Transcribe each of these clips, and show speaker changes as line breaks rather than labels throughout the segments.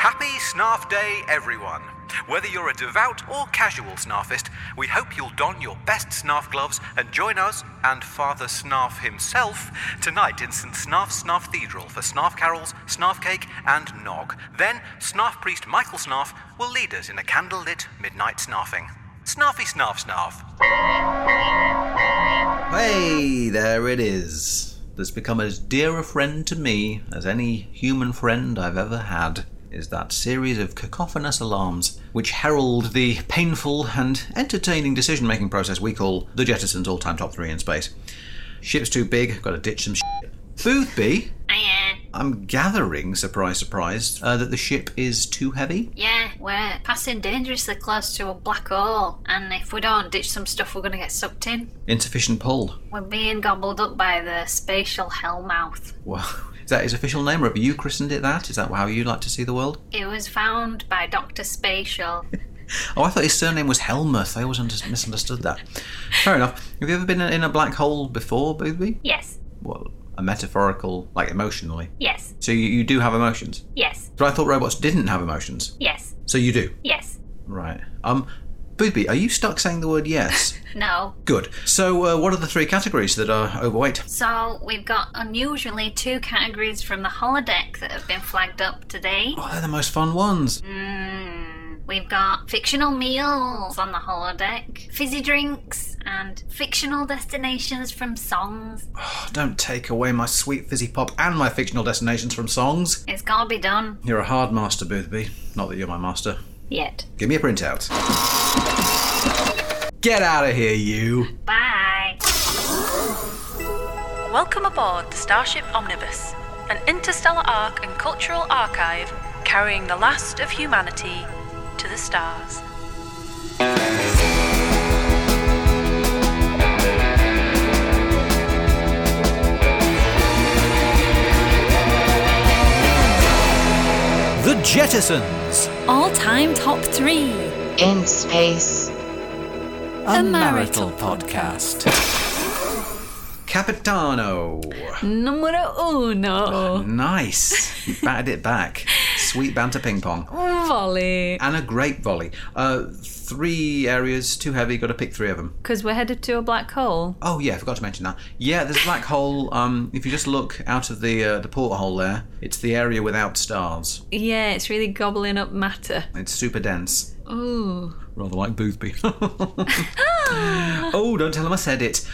Snarf Day, everyone. Whether you're a devout or casual snarfist, we hope you'll don your best snarf gloves and join us and Father Snarf himself tonight in St. Snarf's Snarf Cathedral for Snarf carols, Snarf cake, and nog. Then Snarf priest Michael Snarf will lead us in a candlelit midnight snarfing. Snarfy Snarf Snarf.
Hey, there it is. That's become as dear a friend to me as any human friend I've ever had. Is that series of cacophonous alarms which herald the painful and entertaining decision making process we call the Jettison's all time top three in space. Ship's too big, gotta ditch some shit. Boothby,
Yeah,
I'm gathering, surprise, surprise, uh, that the ship is too heavy.
yeah, we're passing dangerously close to a black hole, and if we don't ditch some stuff, we're gonna get sucked in.
Insufficient pull.
We're being gobbled up by the spatial hellmouth.
Wow. Is that his official name, or have you christened it that? Is that how you like to see the world?
It was found by Dr. Spatial.
Oh, I thought his surname was Helmuth. I always under- misunderstood that. Fair enough. Have you ever been in a black hole before, Boothby?
Yes,
Well, a metaphorical, like emotionally.
yes,
So you, you do have emotions.
yes,
But I thought robots didn't have emotions.
yes,
So you do.
yes.
Right. Um, Boothby, are you stuck saying the word yes?
No.
Good. So uh, what are the three categories that are overweight?
So we've got unusually two categories from the holodeck that have been flagged up today.
Oh, they're the most fun ones.
Mm, We've got fictional meals on the holodeck, fizzy drinks, and fictional destinations from songs.
Oh, don't take away my sweet fizzy pop and my fictional destinations from songs.
It's gotta be done.
You're a hard master, Boothby. Not that you're my master.
Yet.
Give me a printout. Get out of here, you!
Bye.
Welcome aboard the Starship Omnibus, an interstellar arc and cultural archive carrying the last of humanity to the stars.
The Jettisons,
All time top three.
In space.
a, marital podcast.
Capitano!
Numero uno.
Nice! You batted it back. Sweet banter ping pong.
Volley.
And a great volley. Uh, three areas, too heavy, gotta pick three of them.
Because we're headed to a black hole.
Oh yeah, I forgot to mention that. Yeah, there's a black hole. Um, if you just look out of the uh, the porthole there, it's the area without stars.
Yeah, it's really gobbling up matter.
It's super dense.
Ooh.
rather like Boothby. oh, don't tell him I said it.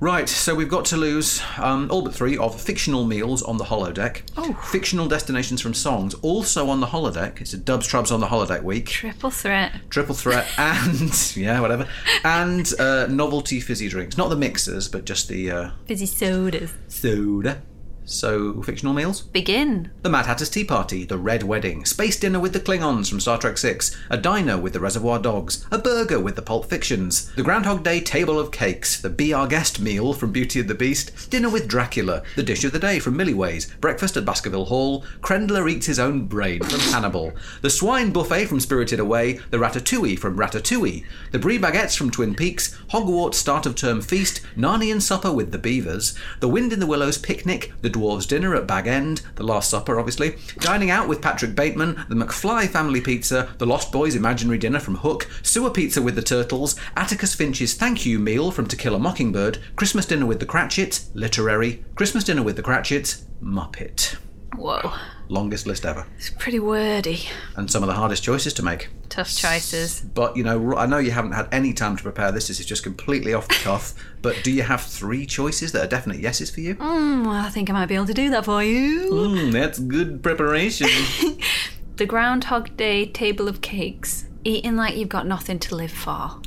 Right, so we've got to lose um, all but three of fictional meals on the holodeck. Oh. Fictional destinations from songs also on the holodeck. It's a Dubs Trubs on the holodeck week.
Triple threat.
Triple threat and, yeah, whatever. And uh, novelty fizzy drinks. Not the mixers, but just the uh,
Fizzy sodas.
soda. So, fictional meals?
Begin.
The Mad Hatter's Tea Party, The Red Wedding, Space Dinner with the Klingons from Star Trek VI, A Diner with the Reservoir Dogs, A Burger with the Pulp Fictions, The Groundhog Day Table of Cakes, The Be Our Guest Meal from Beauty and the Beast, Dinner with Dracula, The Dish of the Day from Millie Ways, Breakfast at Baskerville Hall, Krendler Eats His Own Brain from Hannibal, The Swine Buffet from Spirited Away, The Ratatouille from Ratatouille, The Brie Baguettes from Twin Peaks, Hogwarts Start of Term Feast, Narnian Supper with the Beavers, The Wind in the Willows Picnic, The Dwarves Dinner at Bag End, The Last Supper, obviously, Dining Out with Patrick Bateman, The McFly Family Pizza, The Lost Boys Imaginary Dinner from Hook, Sewer Pizza with the Turtles, Atticus Finch's Thank You Meal from To Kill a Mockingbird, Christmas Dinner with the Cratchits, Literary, Christmas Dinner with the Cratchits, Muppet.
Whoa.
Longest list ever.
It's pretty wordy.
And some of the hardest choices to make.
Tough choices.
But, you know, I know you haven't had any time to prepare this. This is just completely off the cuff. But do you have three choices that are definite yeses for you?
Mm, well, I think I might be able to do that for you.
Mm, that's good preparation.
The Groundhog Day table of cakes. Eating like you've got nothing to live for.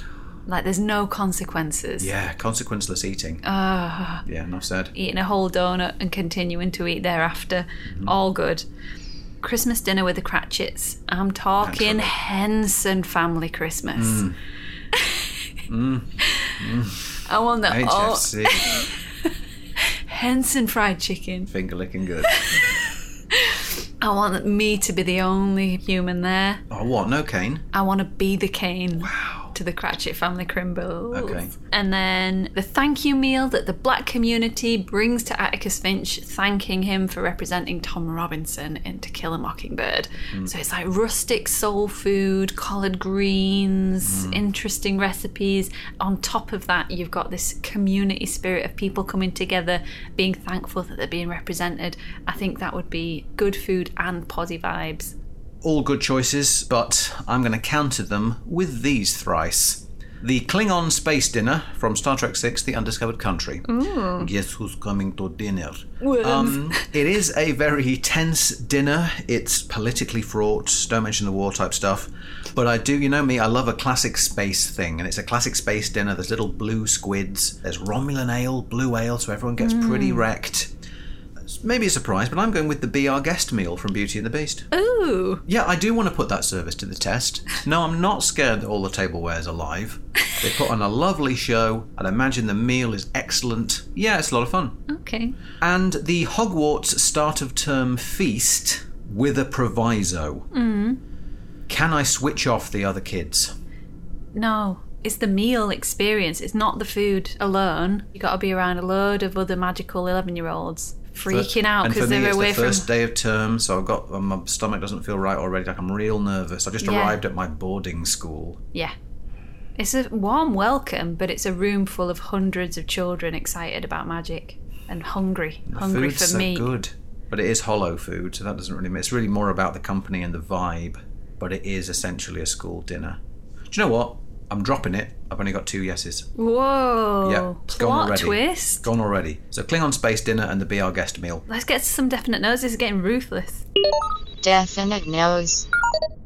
Like there's no consequences.
yeah, consequenceless eating. yeah, enough said.
eating a whole donut and continuing to eat thereafter. All good. Christmas dinner with the Cratchits. I'm talking
Excellent.
Henson family Christmas. I want that all
HFC,
Henson fried chicken.
finger licking good.
I want me to be the only human there.
Oh, what? No cane?
I want to be the cane.
Wow.
to the Cratchit family Crimbles.
Okay.
And then the thank you meal that the black community brings to Atticus Finch, thanking him for representing Tom Robinson in To Kill a Mockingbird.
Mm.
So it's like rustic soul food, collard
Mm.
greens, interesting recipes. On top of that, you've got this community spirit of people coming together, being thankful that they're being represented. I think that would be good food and posy vibes.
All good choices, but I'm going to counter them with these thrice. The Klingon space dinner from Star Trek VI: The Undiscovered Country. Guess who's coming to dinner? Um, it is a very tense dinner. It's politically fraught. Don't mention the war type stuff. But I do, you know me, I love a classic space thing, and it's a classic space dinner. There's little blue squids. There's Romulan ale, blue ale, so everyone gets pretty wrecked. It's Maybe a surprise, but I'm going with the Be Our Guest meal from Beauty and the Beast.
Ooh,
Yeah, I do want to put that service to the test. No, I'm not scared that all the tableware's alive. They put on a lovely show. I'd imagine the meal is excellent. Yeah, it's a lot of fun.
okay.
And the Hogwarts start of term feast with a proviso.
Mm-hmm.
Can I switch off the other kids?
No, it's the meal experience. It's not the food alone. You got to be around a load of other magical eleven-year-olds freaking out
And for
because
me,
they're
it's
away
the
from.
first day of term, so I've got my stomach doesn't feel right already. Like I'm real nervous. I just
Yeah.
arrived at my boarding school.
Yeah, it's a warm welcome, but it's a room full of hundreds of children excited about magic and hungry, hungry
Food's
for
so
me.
good, but it is hollow food, so that doesn't really. It's really more about the company and the vibe, but it is essentially a school dinner. Do you know what? I'm dropping it. I've only got two yeses.
Whoa!
yeah, it's gone
Plot
already.
twist.
Gone already. So Klingon space dinner and the be our guest meal.
Let's get some definite no's. This is getting ruthless.
Definite nose.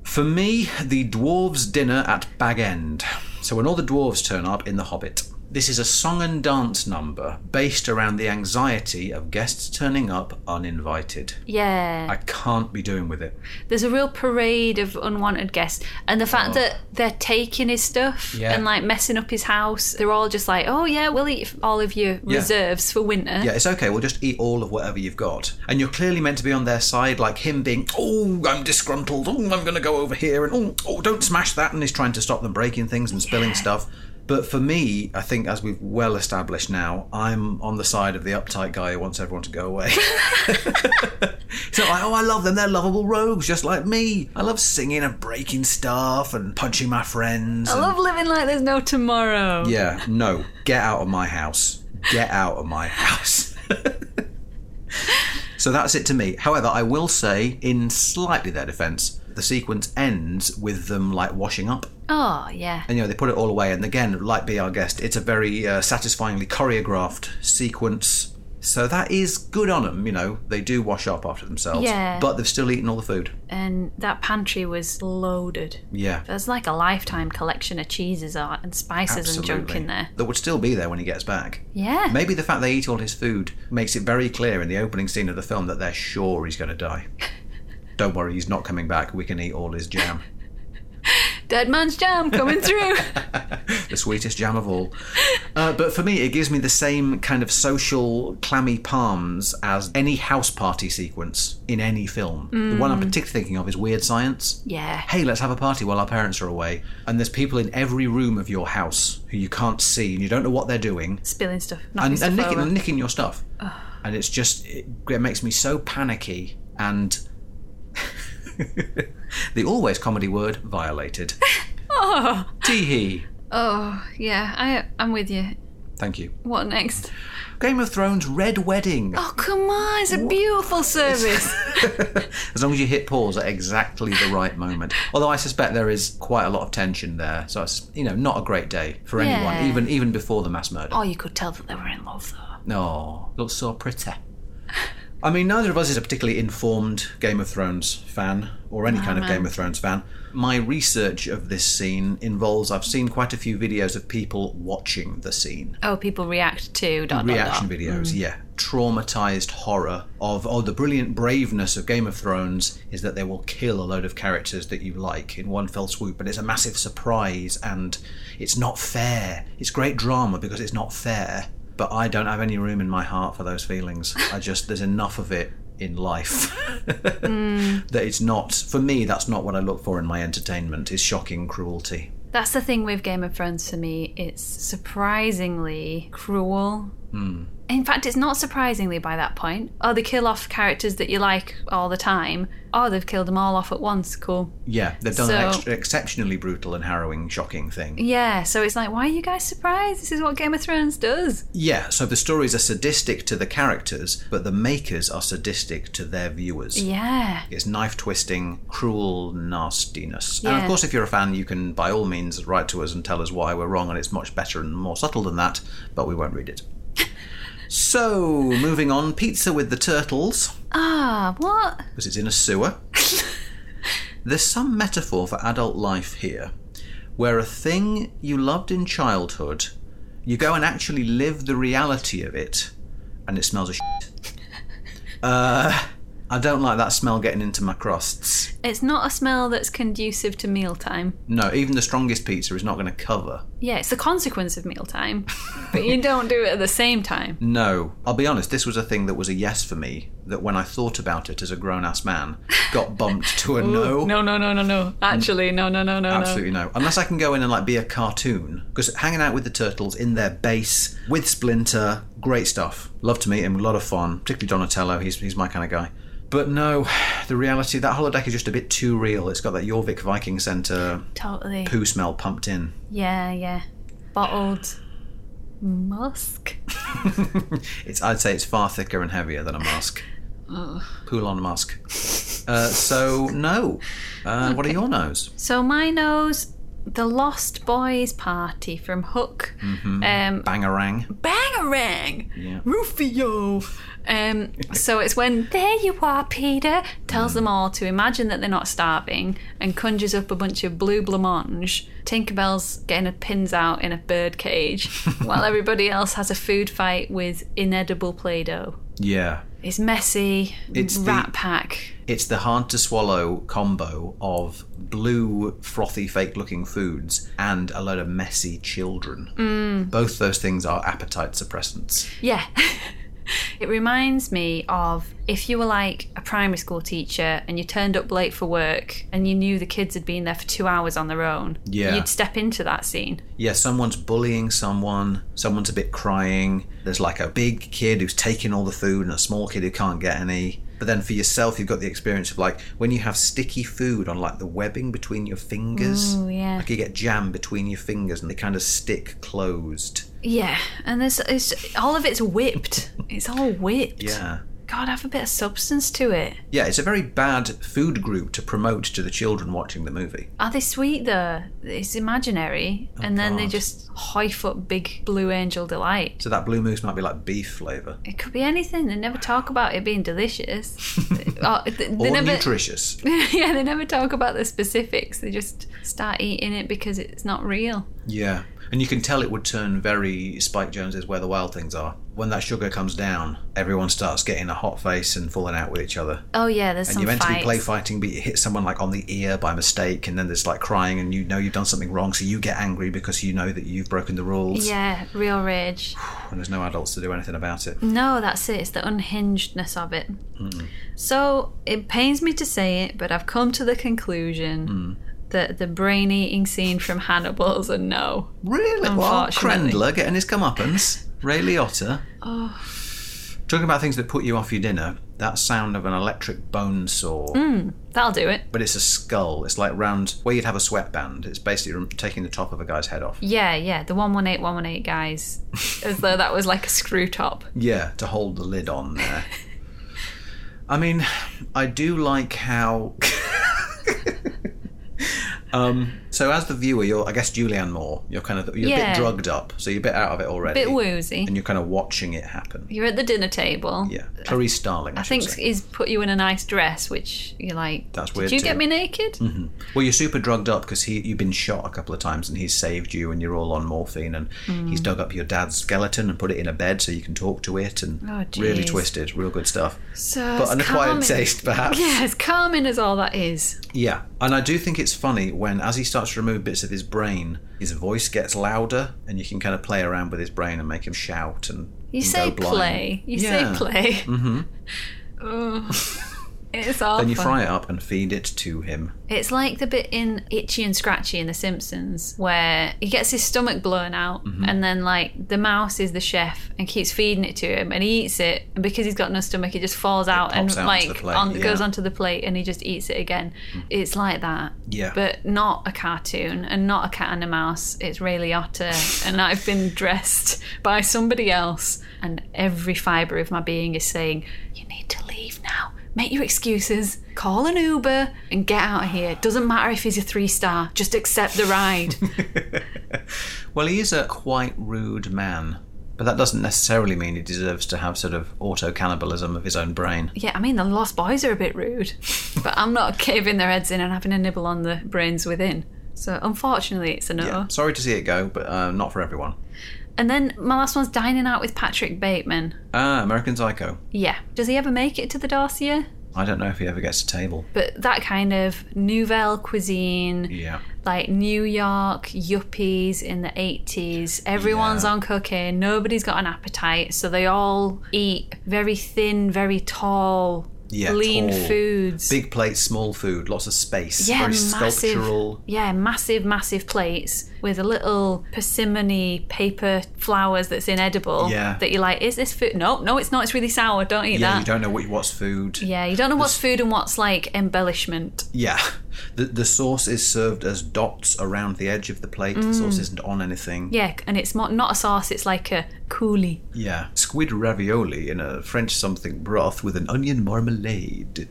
For me, the dwarves' dinner at Bag End. So when all the dwarves turn up in The Hobbit. This is a song and dance number based around the anxiety of guests turning up uninvited.
Yeah.
I can't be doing with it.
there's a real parade of unwanted guests and the fact that they're taking his stuff
Oh. Yeah.
and like messing up his house they're all just like oh yeah we'll eat all of your reserves for winter
Yeah, it's okay. We'll just eat all of whatever you've got. And you're clearly meant to be on their side, like him being, oh, I'm disgruntled. Oh, I'm going to go over here. And oh, oh, don't smash that. And he's trying to stop them breaking things and spilling stuff. But for me, I think, as we've well established now, I'm on the side of the uptight guy who wants everyone to go away. so, like, oh, I love them. They're lovable rogues, just like me. I love singing and breaking stuff and punching my friends.
i
and-
love living like there's no tomorrow
yeah, no. Get out of my house. Get out of my house. so that's it to me. However, I will say, in slightly their defense, the sequence ends with them like washing up.
oh yeah
And you know, they put it all away. And again, like Be Our Guest, it's a very uh, satisfyingly choreographed sequence. So that is good on them, you know. They do wash up after themselves,
Yeah.
but they've still eaten all the food.
and that pantry was loaded
Yeah.
there's like a lifetime collection of cheeses uh, and spices and junk in there
That would still be there when he gets back.
yeah
Maybe the fact they eat all his food makes it very clear in the opening scene of the film that they're sure he's going to die. Don't worry, he's not coming back. We can eat all his jam.
dead man's jam coming through
the sweetest jam of all. Uh, but for me, it gives me the same kind of social clammy palms as any house party sequence in any film. The one I'm particularly thinking of is Weird Science.
yeah
Hey, let's have a party while our parents are away. And there's people in every room of your house who you can't see and you don't know what they're doing.
spilling stuff knocking
and,
stuff
and nicking,
over.
nicking your stuff. And it's just it, it makes me so panicky and the always comedy word violated.
oh
Tee hee.
oh yeah i i'm with you
Thank you.
what next
Game of Thrones Red Wedding.
Oh, come on. It's a beautiful service.
as long as you hit pause at exactly the right moment. Although I suspect there is quite a lot of tension there, so it's you know not a great day for
Yeah.
anyone, even even before the mass murder.
oh, you could tell that they were in love, though.
No, looks so pretty. I mean, neither of us is a particularly informed Game of Thrones fan or any kind of Game of Thrones fan. My research of this scene involves I've seen quite a few videos of people watching the scene.
Oh, people react to dot,
Reaction
dot, dot.
videos, yeah. Traumatized horror of, oh, the brilliant braveness of Game of Thrones is that they will kill a load of characters that you like in one fell swoop, but it's a massive surprise and it's not fair. It's great drama because it's not fair. But I don't have any room in my heart for those feelings. I just, there's enough of it in life that it's not, for me, that's not what I look for in my entertainment, is shocking cruelty.
That's the thing with Game of Thrones for me. It's surprisingly cruel. In fact, it's not surprisingly by that point. Oh, they kill off characters that you like all the time. Oh, they've killed them all off at once. Cool.
Yeah, they've done an
So-
extra, exceptionally brutal and harrowing, shocking thing.
Yeah, so it's like, why are you guys surprised? This is what Game of Thrones does.
Yeah, so the stories are sadistic to the characters, but the makers are sadistic to their viewers.
Yeah.
It's knife twisting, cruel nastiness. And of
Yeah.
course, if you're a fan, you can by all means write to us and tell us why we're wrong, and it's much better and more subtle than that, but we won't read it. so, moving on Pizza with the Turtles,
Ah, what?
because it's in a sewer. There's some metaphor for adult life here, where a thing you loved in childhood, you go and actually live the reality of it, and it smells of shit. Uh, I don't like that smell getting into my crusts.
It's not a smell that's conducive to mealtime.
No, even the strongest pizza is not going to cover.
Yeah, it's the consequence of mealtime, but you don't do it at the same time.
No, I'll be honest, this was a thing that was a yes for me, that when I thought about it as a grown ass man, got bumped to a no.
No, no, no, no, no. Actually, no, no, no, no, no.
Absolutely no. Unless I can go in and like be a cartoon, because hanging out with the turtles in their base with Splinter, great stuff. Love to meet him, a lot of fun. Particularly Donatello, he's he's my kind of guy. But no, the reality that holodeck is just a bit too real. It's got that Jorvik Viking Center
Totally.
poo smell pumped in.
Yeah, yeah. Bottled musk.
It's I'd say it's far thicker and heavier than a mask. Poulon mask. Uh, so no. Uh, What are your no's?
So my nose, the Lost Boys party from Hook, um,
Bangarang.
Bangarang,
Mm-hmm. Yeah.
Rufio. Um, so it's when there you are, Peter tells them all to imagine that they're not starving and conjures up a bunch of blue blancmange. Tinkerbell's getting her pins out in a bird cage while everybody else has a food fight with inedible Play-Doh.
Yeah.
It's messy.
It's the-
rat pack.
It's the hard to swallow combo of blue, frothy, fake looking foods and a load of messy children.
Mm.
Both those things are appetite suppressants.
Yeah. it reminds me of if you were like a primary school teacher and you turned up late for work and you knew the kids had been there for two hours on their own.
Yeah.
You'd step into that scene.
Yeah, someone's bullying someone, someone's a bit crying. There's like a big kid who's taking all the food and a small kid who can't get any. But then for yourself, you've got the experience of like when you have sticky food on like the webbing between your fingers.
Ooh, yeah.
Like you get jam between your fingers and they kind of stick closed.
Yeah. And there's it's, all of it's whipped. it's all whipped.
Yeah.
God, have a bit of substance to it.
Yeah, it's a very bad food group to promote to the children watching the movie.
Are they sweet though? It's imaginary. and then they
Oh, God.
just hoif up big blue angel delight.
So that blue moose might be like beef flavour.
It could be anything. They never talk about it being delicious. or Oh, they, they
Or
never,
nutritious.
yeah, they never talk about the specifics. They just start eating it because it's not real.
Yeah. And you can tell it would turn very Spike Jones's Where the Wild Things Are. When that sugar comes down, everyone starts getting a hot face and falling out with each other.
Oh yeah, there's
And
some
you're meant to be
fights.
play fighting, but you hit someone like on the ear by mistake, and then there's like crying, and you know you've done something wrong, so you get angry because you know that you've broken the rules,
yeah, real rage.
and there's no adults to do anything about it.
No, that's it. It's the unhingedness of it. So it pains me to say it, but I've come to the conclusion
Mm.
that the brain eating scene from Hannibal's a no.
Really? Well,
Unfortunately. Oh.
Krendler getting his comeuppance. Ray Liotta. Talking about things that put you off your dinner, that sound of an electric bone saw,
Mm. That'll do it.
but it's a skull. It's like round where you'd have a sweatband. It's basically rem- taking the top of a guy's head off.
Yeah, yeah, the one one eight one one eight guys, as though that was like a screw top.
Yeah, to hold the lid on there. I mean, I do like how. um, so, as the viewer, you're, I guess, Julianne Moore. You're kind of you're a
Yeah.
bit drugged up, so you're a bit out of it already.
Bit woozy.
and you're kind of watching it happen.
You're at the dinner table.
Yeah, Clarice Starling. I,
I
should
think
say.
is put you in a nice dress, which you're like.
That's
Did
weird
you
too. Mm.
get me naked?
Well, you're super drugged up because he you've been shot a couple of times and he's saved you and you're all on morphine and he's
Mm.
dug up your dad's skeleton and put it in a bed so you can talk to it and
Oh,
really
jeez.
twisted, real good stuff.
So
but
it's
an acquired
calming.
taste, perhaps.
Yeah, as calming as all that is.
Yeah, and I do think it's funny when, as he starts to remove bits of his brain, his voice gets louder, and you can kind of play around with his brain and make him shout and
You
and
say
go blind.
play. You
Yeah.
say play. Mm-hmm. It's awful.
Then you fry it up and feed it to him.
It's like the bit in Itchy and Scratchy in The Simpsons where he gets his stomach blown out
Mm-hmm.
and then like the mouse is the chef and keeps feeding it to him and he eats it and because he's got no stomach it just falls out and
pops out onto
like
the plate,
on,
yeah.
goes onto the plate and he just eats it again. It's like that.
Hmm. Yeah.
But not a cartoon and not a cat and a mouse. It's Ray Liotta and I've been dressed by somebody else and every fibre of my being is saying, You need to leave now. Make your excuses, call an Uber, and get out of here. Doesn't matter if he's a three star, just accept the ride.
Well, he is a quite rude man, but that doesn't necessarily mean he deserves to have sort of auto cannibalism of his own brain.
yeah, I mean, the Lost Boys are a bit rude, but I'm not caving their heads in and having a nibble on the brains within. So, unfortunately, it's a no.
Yeah. Uh, Sorry to see it go, but uh, not for everyone.
And then my last one's dining out with Patrick Bateman.
Ah, American Psycho.
Yeah. Does he ever make it to the dossier?
I don't know if he ever gets a table.
But that kind of nouvelle cuisine,
Yeah.
like New York yuppies in the 80s. Everyone's
Yeah.
on cocaine, nobody's got an appetite, so they all eat very thin, very tall,
Yeah,
lean
tall.
foods.
Big plate, small food, lots of space.
yeah,
Very
massive,
sculptural.
yeah, massive, massive plates with a little persimmony paper flowers that's inedible.
Yeah.
That you're like, is this food? No, no, it's not. It's really sour. Don't eat
Yeah,
that.
you don't know what, what's food.
Yeah, you don't know what's food and what's like embellishment.
Yeah. The, the sauce is served as dots around the edge of the plate.
Mm.
The sauce isn't on anything.
Yeah, and it's not, not a sauce, it's like a coulis.
Yeah. Squid ravioli in a French something broth with an onion marmalade.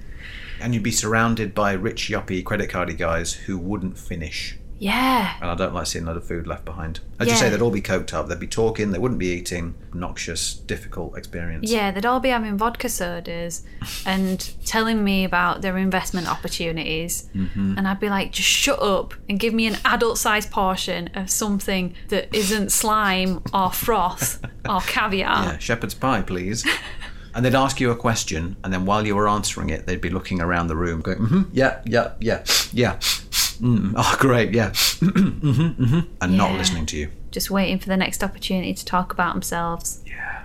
And you'd be surrounded by rich, yuppie, credit cardy guys who wouldn't finish.
Yeah.
And I don't like seeing a lot of food left behind. As you
Yeah.
say, they'd all be coked up. They'd be talking. They wouldn't be eating. Noxious, difficult experience.
Yeah, they'd all be having vodka sodas and telling me about their investment opportunities. And I'd be like, just shut up and give me an adult sized portion of something that isn't slime or froth or caviar.
Yeah, shepherd's pie, please. and they'd ask you a question, and then while you were answering it, they'd be looking around the room, going, mm-hmm, yeah, yeah, yeah, yeah. Mm, oh, great, yeah. mm-hmm, mm-hmm, and not
Yeah.
listening to you.
Just waiting for the next opportunity to talk about themselves. Yeah.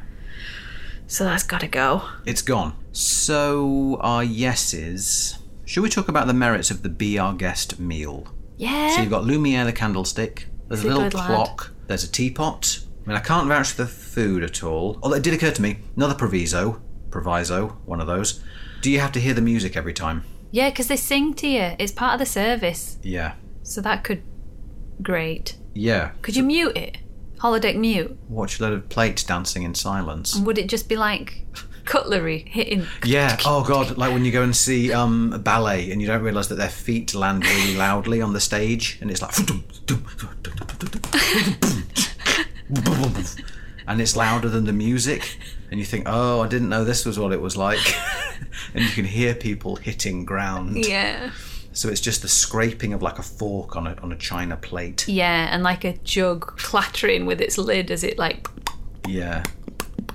So that's gotta go.
It's gone. So, our yeses. Should we talk about the merits of the Be Our Guest meal?
Yeah.
So, you've got Lumiere the candlestick, there's a
He's a
little
good lad.
clock, there's a teapot. I mean, I can't vouch for the food at all. Although it did occur to me, another proviso, proviso, one of those. Do you have to hear the music every time?
yeah, because they sing to you. It's part of the service.
Yeah.
So that could. Great.
Yeah.
Could you mute it? Holodeck mute.
Watch a load of plates dancing in silence.
Would it just be like cutlery hitting?
Yeah. Oh god, like when you go and see um a ballet and you don't realise that their feet land really loudly on the stage and it's like and it's louder than the music and you think, Oh, I didn't know this was what it was like and you can hear people hitting ground.
Yeah.
So it's just the scraping of like a fork on a on a china plate.
Yeah, and like a jug clattering with its lid as it like.
Yeah.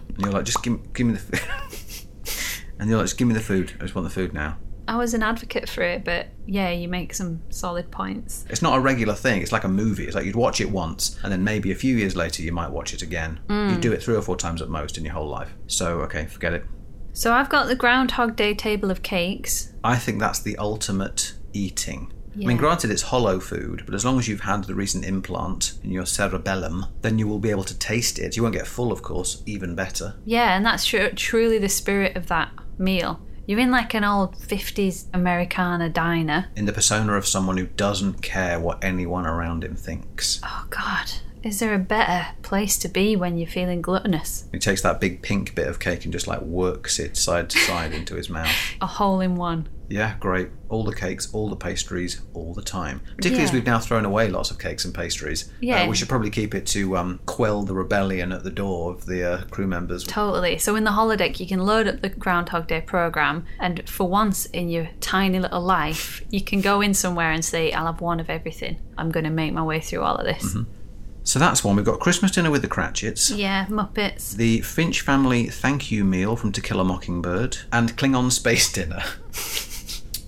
And you're like, just give, give me the food. and you're like, just give me the food. I just want the food now.
I was an advocate for it, but yeah, you make some solid points.
It's not a regular thing. It's like a movie. It's like you'd watch it once, and then maybe a few years later you might watch it again. You do it three or four times at most in your whole life. So okay, forget it.
So I've got the Groundhog Day table of cakes.
I think that's the ultimate eating. I
Yeah.
mean, granted, it's hollow food, but as long as you've had the recent implant in your cerebellum, then you will be able to taste it. You won't get full, of course, even better.
Yeah, and that's tru- truly the spirit of that meal. You're in like an old 50s Americana diner.
In the persona of someone who doesn't care what anyone around him thinks.
Oh, God. Is there a better place to be when you're feeling gluttonous?
He takes that big pink bit of cake and just like works it side to side into his mouth.
A hole in one.
Yeah, great. All the cakes, all the pastries, all the time. Particularly as
Yeah.
we've now thrown away lots of cakes and pastries. Uh,
Yeah.
we should probably keep it to um, quell the rebellion at the door of the uh, crew members.
Totally. So in the holodeck, you can load up the Groundhog Day program, and for once in your tiny little life, you can go in somewhere and say, "I'll have one of everything. I'm going to make my way through all of this."
Mm-hmm. So that's one. We've got Christmas dinner with the Cratchits.
Yeah, Muppets.
The Finch family thank you meal from To Kill a Mockingbird and Klingon space dinner.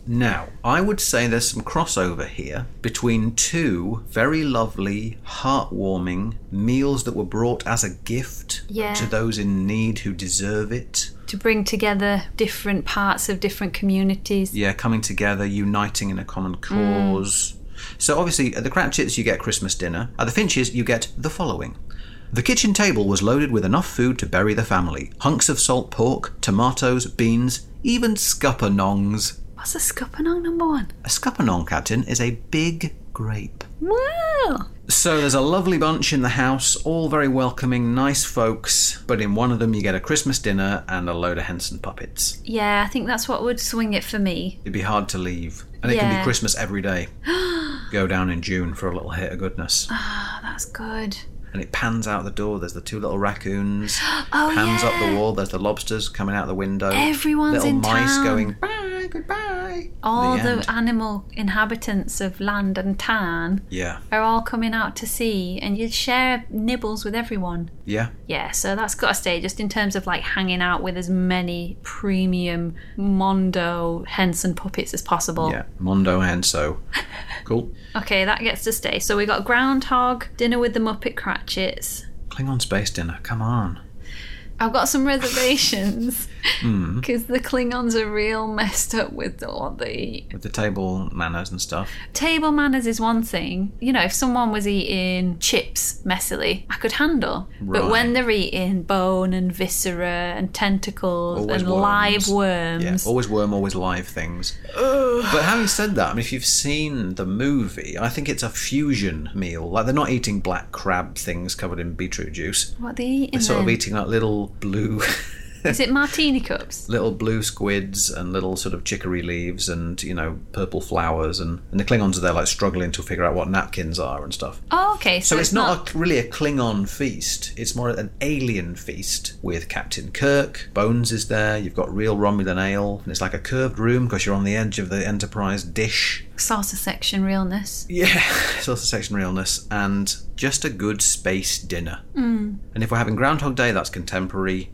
Now, I would say there's some crossover here between two very lovely, heartwarming meals that were brought as a gift
Yeah.
to those in need who deserve it.
to bring together different parts of different communities.
Yeah, coming together, uniting in a common cause. So obviously, at the Cratchits, you get Christmas dinner. At the Finches, you get the following. The kitchen table was loaded with enough food to bury the family hunks of salt pork, tomatoes, beans, even scuppernongs.
What's a scuppanong number one?
A scuppernong, Captain, is a big grape.
Wow!
So there's a lovely bunch in the house, all very welcoming, nice folks, but in one of them you get a Christmas dinner and a load of Henson puppets.
Yeah, I think that's what would swing it for me.
It'd be hard to leave. And it can be
Yeah.
Christmas every day. Go down in June for a little hit of goodness.
Oh, that's good.
And it pans out the door, there's the two little raccoons.
Oh,
pans up the wall, there's the lobsters coming out the window.
Everyone's
little
in
mice
town. Oh.
going, bye, goodbye.
All
The
the,
end.
animal inhabitants of land and tarn
Yeah,
are all coming out to sea, and you share nibbles with everyone.
yeah.
Yeah, so that's got to stay just in terms of like hanging out with as many premium Mondo Henson puppets as possible.
Yeah, Mondo and so. Cool.
Okay, that gets to stay. So we got Groundhog, Dinner with the Muppet Cratchits.
Klingon space dinner, come on.
I've got some reservations
Hmm.
because the Klingons are real messed up with all the
With the table manners and stuff.
table manners. Is one thing, you know, if someone was eating chips messily, I could handle. But
Right.
when they're eating bone and viscera and tentacles
Always
and
worms.
live
Yeah,
worms,
always worm, always live things. But having said that, I mean, if you've seen the movie, I think it's a fusion meal. Like they're not eating black crab things covered in beetroot juice.
what are they eating?
They're sort of
then?
eating like little blue,
Is it martini cups?
little blue squids and little sort of chicory leaves and you know purple flowers and, and the Klingons are there like struggling to figure out what napkins are and stuff.
Oh, okay. So,
So it's not a, really a Klingon feast. It's more an alien feast with Captain Kirk. Bones is there. You've got real Romulan ale, and it's like a curved room because you're on the edge of the Enterprise dish.
salsa section realness.
Yeah, sort of section realness, and just a good space dinner.
Mm.
And if we're having Groundhog Day, that's contemporary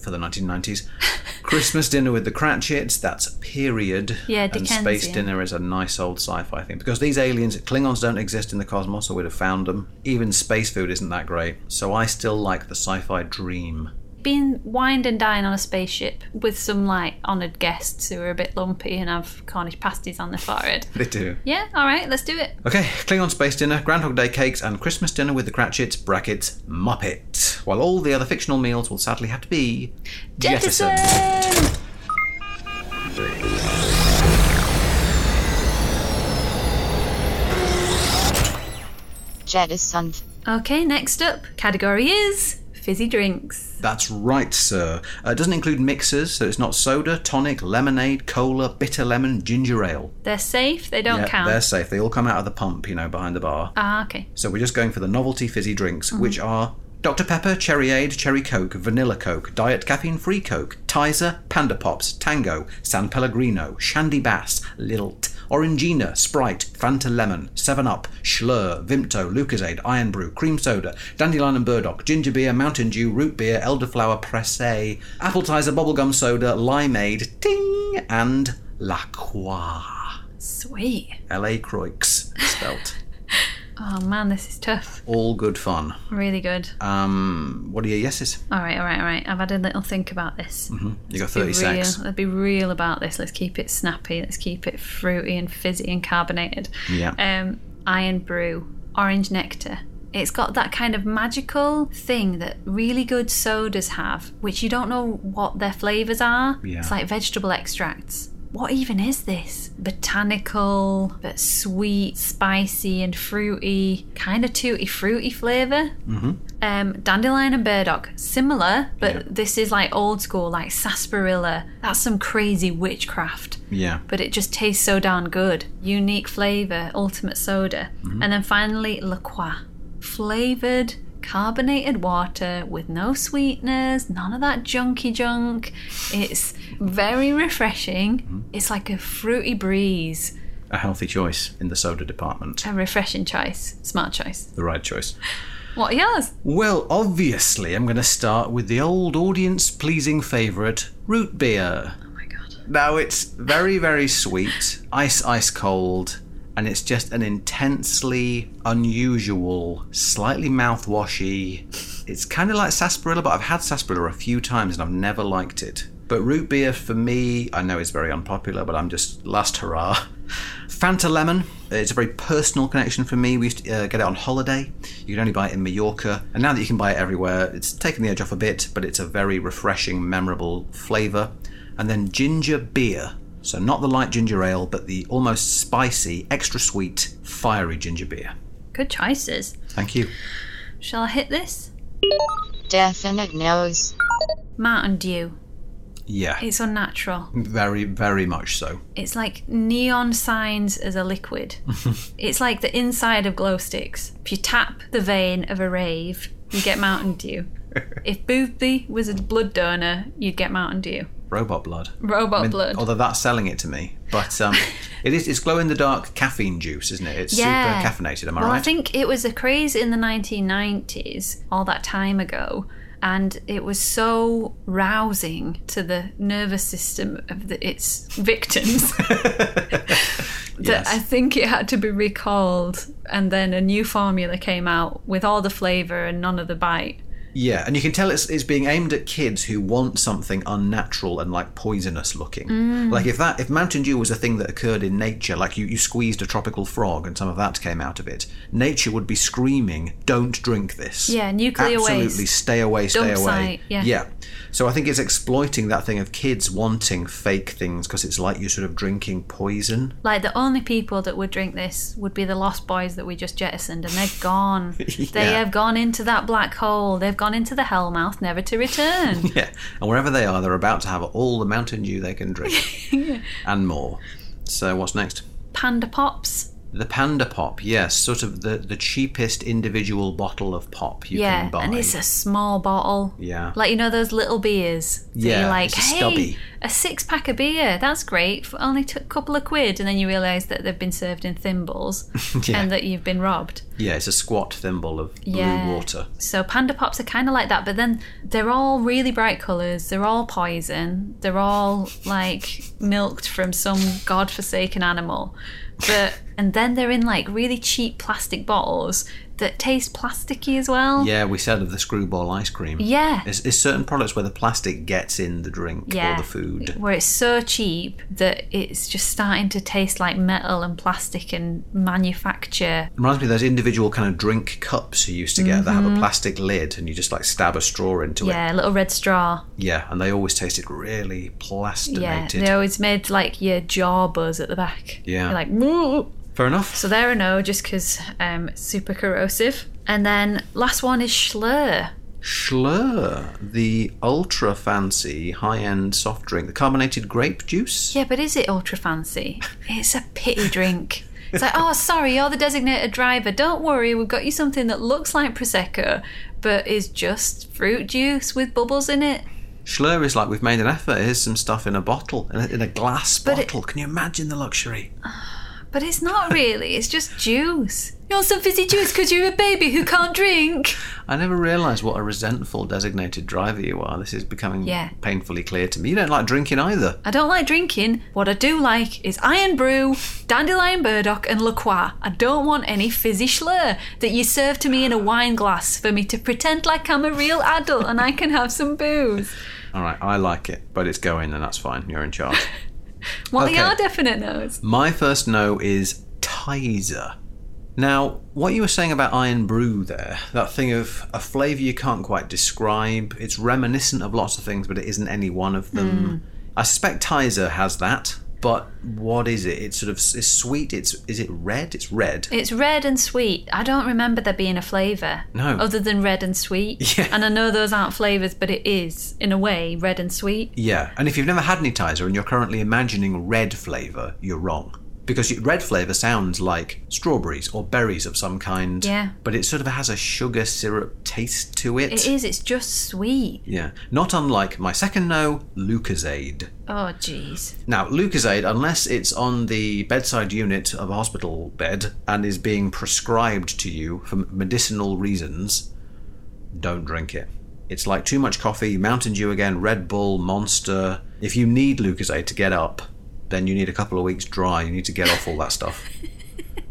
for the 1990s. Christmas dinner with the Cratchits, that's period.
Yeah,
And space
Dickensian.
dinner is a nice old sci-fi thing because these aliens, Klingons, don't exist in the cosmos, or we'd have found them. Even space food isn't that great, so I still like the sci-fi dream.
Being wined and dined on a spaceship with some like honoured guests who are a bit lumpy and have Cornish pasties on their forehead.
They do.
Yeah, all right, let's do it.
Okay, Klingon Space Dinner, Groundhog Day cakes, and Christmas dinner with the Cratchits, brackets, Muppet. While all the other fictional meals will sadly have to be jettisoned.
Jettison!
jettisoned,
Okay, next up, category is fizzy drinks.
That's right, sir. Uh, it doesn't include mixers, so it's not soda, tonic, lemonade, cola, bitter lemon, ginger ale.
They're safe, they don't
Yeah,
count.
They're safe. They all come out of the pump, you know, behind the bar.
Ah, okay.
So we're just going for the novelty fizzy drinks, which are Dr. Pepper, Cherryade, Cherry Coke, Vanilla Coke, Diet Caffeine Free Coke, Tizer, Panda Pops, Tango, San Pellegrino, Shandy Bass, Lilt, Orangina, Sprite, Fanta Lemon, 7 Up, Schlur, Vimto, Lucasade, Iron Brew, Cream Soda, Dandelion and Burdock, Ginger Beer, Mountain Dew, Root Beer, Elderflower Pressé, Apple Tizer, Bubblegum Soda, Limeade, Ting, and La Croix.
Sweet.
L.A. Croix, spelt.
Oh man, this is tough.
All good fun.
Really good.
Um, what are your yeses?
All right, all right, all right. I've had a little think about this.
You got
be
30
real.
secs.
Let's be real about this. Let's keep it snappy. Let's keep it fruity and fizzy and carbonated.
Yeah.
Um, iron brew, orange nectar. It's got that kind of magical thing that really good sodas have, which you don't know what their flavors are.
Yeah.
It's like vegetable extracts. What even is this? Botanical, but sweet, spicy, and fruity, kind of tutti fruity flavor um, dandelion and burdock similar but
Yeah.
this is like old school like sarsaparilla that's some crazy witchcraft
Yeah.
but it just tastes so darn good unique flavor ultimate soda
Mm-hmm.
and then finally la croix flavored carbonated water with no sweeteners none of that junky junk it's very refreshing
Mm-hmm.
it's like a fruity breeze
A healthy choice in the soda department.
a refreshing choice smart choice
The right choice.
what are yours
Well, obviously, I'm going to start with the old audience pleasing favourite, root beer.
oh my god
No, it's very, very sweet, ice, ice cold, and it's just an intensely unusual, slightly mouthwashy. It's kind of like sarsaparilla, but I've had sarsaparilla a few times and I've never liked it. But root beer for me, I know it's very unpopular, but I'm just last hurrah. Fanta Lemon, it's a very personal connection for me. We used to uh, get it on holiday. You could only buy it in Mallorca, and now that you can buy it everywhere, it's taken the edge off a bit, but it's a very refreshing, memorable flavour. And then ginger beer. So, not the light ginger ale, but the almost spicy, extra sweet, fiery ginger beer.
Good choices.
Thank you.
Shall I hit this?
Definite nose.
Mountain Dew.
Yeah,
It's unnatural.
very, very much so.
It's like neon signs as a liquid. it's like the inside of glow sticks. If you tap the vein of a rave, you get Mountain Dew. if Boothby was a blood donor, you'd get Mountain Dew.
Robot blood.
Robot
I mean,
blood.
Although that's selling it to me, but um, it is it's glow in the dark caffeine juice, isn't it? It's
Yeah.
super caffeinated. Am I
Well,
right?
I think it was a craze in the 1990s, all that time ago, and it was so rousing to the nervous system of the, its victims that I think it had to be recalled. And then a new formula came out with all the flavour and none of the bite.
Yeah, and you can tell it's, it's being aimed at kids who want something unnatural and like poisonous looking.
Mm.
Like if that if Mountain Dew was a thing that occurred in nature, like you, you squeezed a tropical frog and some of that came out of it, nature would be screaming, "Don't drink this."
Yeah, nuclear
Absolutely
waste.
stay away, stay
Dump
away.
site, yeah.
So I think it's exploiting that thing of kids wanting fake things because it's like you're sort of drinking poison.
Like the only people that would drink this would be the lost boys that we just jettisoned, and they're gone. They
Yeah.
have gone into that black hole. They've gone into the hellmouth, never to return.
Yeah, and wherever they are, they're about to have all the Mountain Dew they can drink and more. So what's next?
Panda Pops.
The Panda Pop, yes, sort of the, the cheapest individual bottle of pop you
yeah,
can buy.
and it's a small bottle.
Yeah.
Like you know those little beers. that
Yeah,
You're like,
it's a
hey,
stubby."
a six pack of beer. That's great for only a couple of quid, and then you realise that they've been served in thimbles
Yeah.
and that you've been robbed.
yeah, it's a squat thimble of blue
Yeah.
water.
So panda pops are kind of like that, but then they're all really bright colours. They're all poison. They're all like milked from some godforsaken animal. But and then they're in like really cheap plastic bottles that taste plasticky as well.
Yeah, we said of the screwball ice cream.
Yeah.
It's, it's certain products where the plastic gets in the drink or the food.
Where it's so cheap that it's just starting to taste like metal and plastic and manufacture.
reminds me of those individual kind of drink cups you used to get that have a plastic lid and you just like stab a straw into it.
Mm-hmm. Yeah, little red straw.
Yeah, and they always tasted really
Yeah,
plastinated.
they always made like your jaw buzz at the back.
Yeah.
You're like, "Whoa."
Fair enough.
so they're a no just because um, super corrosive. And then last one is Schlur.
Schlur, the ultra fancy high end soft drink, the carbonated grape juice.
Yeah, but is it ultra fancy? It's a pity drink. It's like, oh, sorry, you're the designated driver. Don't worry, we've got you something that looks like Prosecco, but is just fruit juice with bubbles in it.
Schlur is like we've made an effort. Here's some stuff in a bottle, in a, in a glass
But it-
bottle. Can you imagine the luxury?
But it's not really, it's just juice. You want some fizzy juice because you're a baby who can't drink.
I never realised what a resentful designated driver you are. This is becoming
Yeah.
painfully clear to me. You don't like drinking either.
I don't like drinking. What I do like is iron brew, dandelion burdock, and La Croix. I don't want any fizzy schlur that you serve to me in a wine glass for me to pretend like I'm a real adult and I can have some booze.
All right, I like it, but it's going, and that's fine. You're in charge.
What
Okay. Mm.
they are definite no's.
My first no is Tizer. Now, what you were saying about Iron Brew there, that thing of a flavour you can't quite describe, it's reminiscent of lots of things, but it isn't any one of them.
Hmm.
I suspect Tizer has that, but what is it? It's sort of it's sweet, it's is it red? It's red.
It's red and sweet. I don't remember there being a flavour.
No.
Other than red and sweet.
Yeah.
And I know those aren't flavours, but it is, in a way, red and sweet.
Yeah, and if you've never had any Tizer and you're currently imagining red flavour, you're wrong. Because you- red flavour sounds like strawberries or berries of some kind.
Yeah.
But it sort of has a sugar syrup taste to it.
It is, it's just sweet.
Yeah, not unlike my second no, Lucasade.
Oh, jeez.
Now, Lucasade, unless it's on the bedside unit of a hospital bed and is being prescribed to you for medicinal reasons, don't drink it. It's like too much coffee, Mountain Dew again, Red Bull, Monster. If you need Lucasade to get up, then you need a couple of weeks dry. You need to get off all that stuff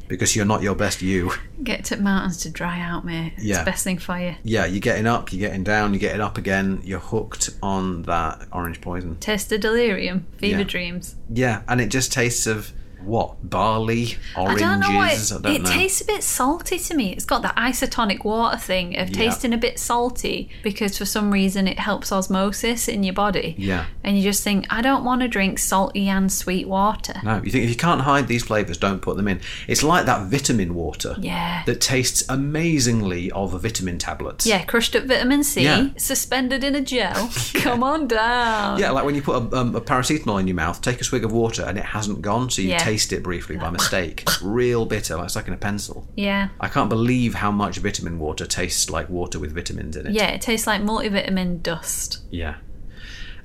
because you're not your best you.
Get to mountains to dry out, mate. It's
Yeah.
the best thing for you.
Yeah, you're getting up, you're getting down, you're getting up again. You're hooked on that orange poison.
Taste of delirium, fever
Yeah.
dreams.
Yeah, and it just tastes of what barley, oranges.
I don't know what
I don't
it
know.
tastes a bit salty to me. It's got that isotonic water thing of
Yeah.
tasting a bit salty because for some reason it helps osmosis in your body.
Yeah.
And you just think, I don't want to drink salty and sweet water.
No, you think if you can't hide these flavours, don't put them in. It's like that vitamin water
Yeah.
that tastes amazingly of vitamin tablets.
Yeah, crushed up vitamin C,
Yeah.
suspended in a gel. Come on down.
Yeah, like when you put a, um, a paracetamol in your mouth, take a swig of water and it hasn't gone, so you
Yeah.
taste it briefly by mistake. Real bitter, like sucking a pencil.
Yeah.
I can't believe how much vitamin water tastes like water with vitamins in it.
Yeah, it tastes like multivitamin dust.
Yeah.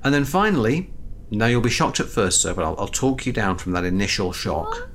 And then finally, now you'll be shocked at first, sir, but I'll, I'll talk you down from that initial shock.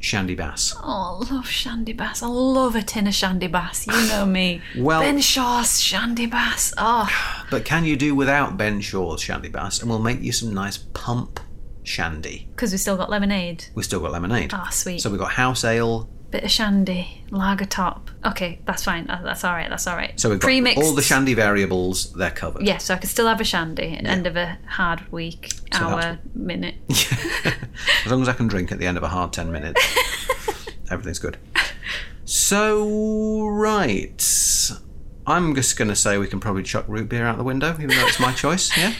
Shandy Bass.
Oh, I love Shandy Bass. I love a tin of Shandy Bass. You know me.
Well-
ben Shaw's Shandy Bass. Oh,
But can you do without Ben Shaw's Shandy Bass? And we'll make you some nice pump shandy.
because we still got lemonade.
We've still got lemonade.
Ah, sweet.
So we've got house ale.
Bit of shandy, lager top. Okay, that's fine. Uh, That's all right. That's all right.
So we've got
Premixed.
all the shandy variables, they're covered.
Yeah, so I could still have a shandy at the end of a hard week, hour,
that's-
minute.
As long as I can drink at the end of a hard 10 minutes, everything's good. So, right. I'm just going to say we can probably chuck root beer out the window, even though it's my choice. Yeah.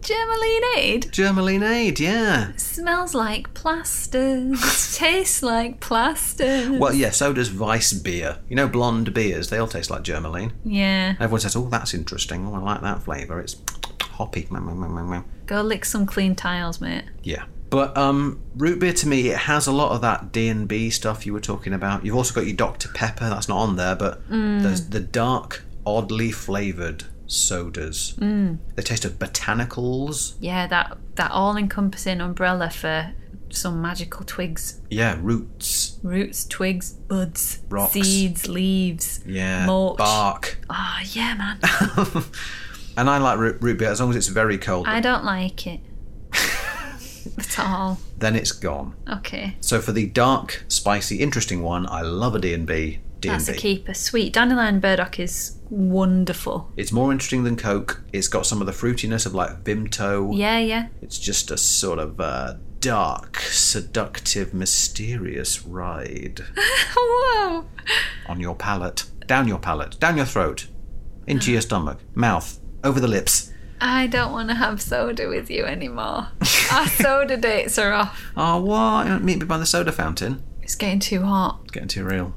Germalinade
Germalinade, yeah.
smells like plasters, tastes like plasters.
Well, yeah, so does Weiss beer. You know, blonde beers, they all taste like germaline.
Yeah,
Everyone says, oh, that's interesting. Oh, I like that flavour. It's hoppy. Mm, mm, mm, mm, mm.
go lick some clean tiles, mate.
Yeah. But um, root beer to me, it has a lot of that D and B stuff you were talking about. You've also got your Dr Pepper. That's not on there, but there's the dark, oddly flavored sodas. Mm. They taste of botanicals.
Yeah, that that all-encompassing umbrella for some magical twigs,
Yeah, roots.
roots, twigs, buds,
Rocks.
seeds, leaves.
Yeah,
mulch.
bark.
Oh yeah, man.
And I like root, root beer as long as it's very cold.
I don't like it at all.
Then it's gone.
Okay.
So for the dark, spicy, interesting one, I love a D and B. D and
That's a
B.
keeper. Sweet. Dandelion burdock is wonderful.
It's more interesting than Coke. It's got some of the fruitiness of like Vimto.
Yeah, yeah.
It's just a sort of uh, dark, seductive, mysterious ride
Whoa.
on your palate, down your palate, down your throat, into your stomach, mouth, over the lips.
I don't want to have soda with you anymore. Our soda dates are off.
Oh, what? You don't Meet me by the soda fountain.
It's getting too hot.
Getting too real.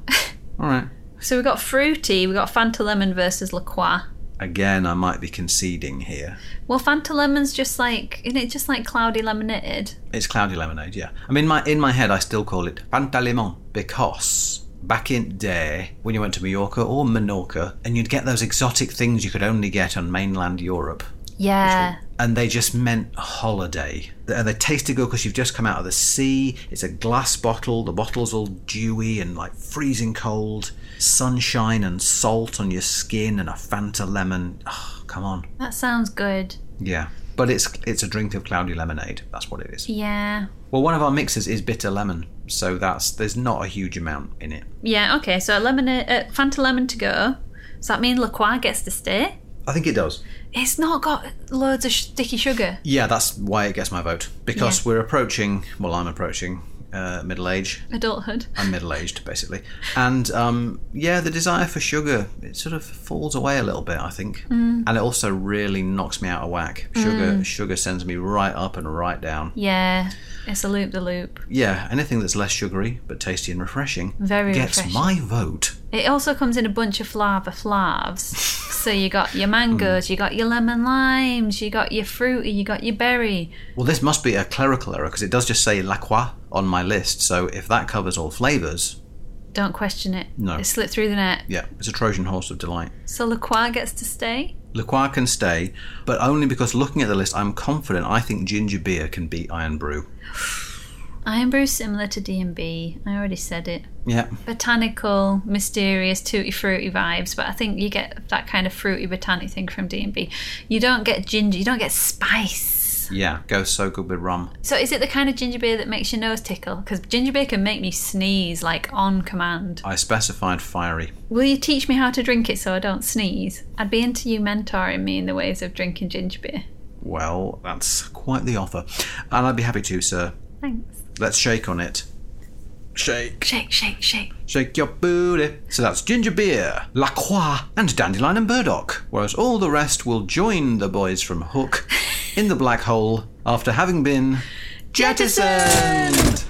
All right.
So we got fruity. We got Fanta lemon versus La Croix.
Again, I might be conceding here.
Well, Fanta lemon's just like isn't it just like cloudy lemonade?
It's cloudy lemonade, yeah. I mean, my in my head, I still call it Fanta Limon because back in day when you went to Mallorca or Menorca, and you'd get those exotic things you could only get on mainland Europe.
Yeah.
and they just meant holiday. And they tasted good because you've just come out of the sea. It's a glass bottle. The bottle's all dewy and like freezing cold. Sunshine and salt on your skin and a Fanta lemon. Oh, come on.
That sounds good.
Yeah. But it's it's a drink of cloudy lemonade. That's what it is.
Yeah.
Well, one of our mixers is bitter lemon, so that's there's not a huge amount in it.
Yeah. Okay. So lemonade, uh, Fanta lemon to go. Does that mean La Croix gets to stay?
I think it does.
It's not got loads of sticky sugar.
Yeah, that's why it gets my vote because
Yeah.
we're approaching. Well, I'm approaching uh, middle age.
Adulthood.
I'm middle aged, basically. And um, yeah, the desire for sugar, it sort of falls away a little bit, I think.
Mm.
And it also really knocks me out of whack. Sugar sugar sends me right up and right down.
Yeah. It's a loop the loop.
Yeah, anything that's less sugary but tasty and refreshing
Very
gets
refreshing.
my vote.
It also comes in a bunch of flava flavs. so you got your mangoes, you got your lemon limes, you got your fruity, you got your berry.
Well, this must be a clerical error because it does just say La Croix on my list. So if that covers all flavours,
Don't question it.
No.
It slipped through the net.
yeah, it's a Trojan horse of delight.
So La Croix gets to stay.
La Croix can stay, but only because looking at the list, I'm confident I think ginger beer can beat Iron Brew.
Iron brew similar to D&B. I already said it.
Yeah.
Botanical, mysterious, tutti fruity vibes, but I think you get that kind of fruity botanic thing from D&B. You don't get ginger, you don't get spice.
Yeah. Goes so good with rum.
So is it the kind of ginger beer that makes your nose tickle? Because ginger beer can make me sneeze like on command.
I specified fiery.
Will you teach me how to drink it so I don't sneeze? I'd be into you mentoring me in the ways of drinking ginger beer.
Well, that's quite the offer. And I'd be happy to, sir.
Thanks.
Let's shake on it. Shake.
Shake, shake, shake.
Shake your booty. So that's ginger beer, La Croix, and dandelion and burdock. Whereas all the rest will join the boys from Hook in the black hole after having been jettisoned.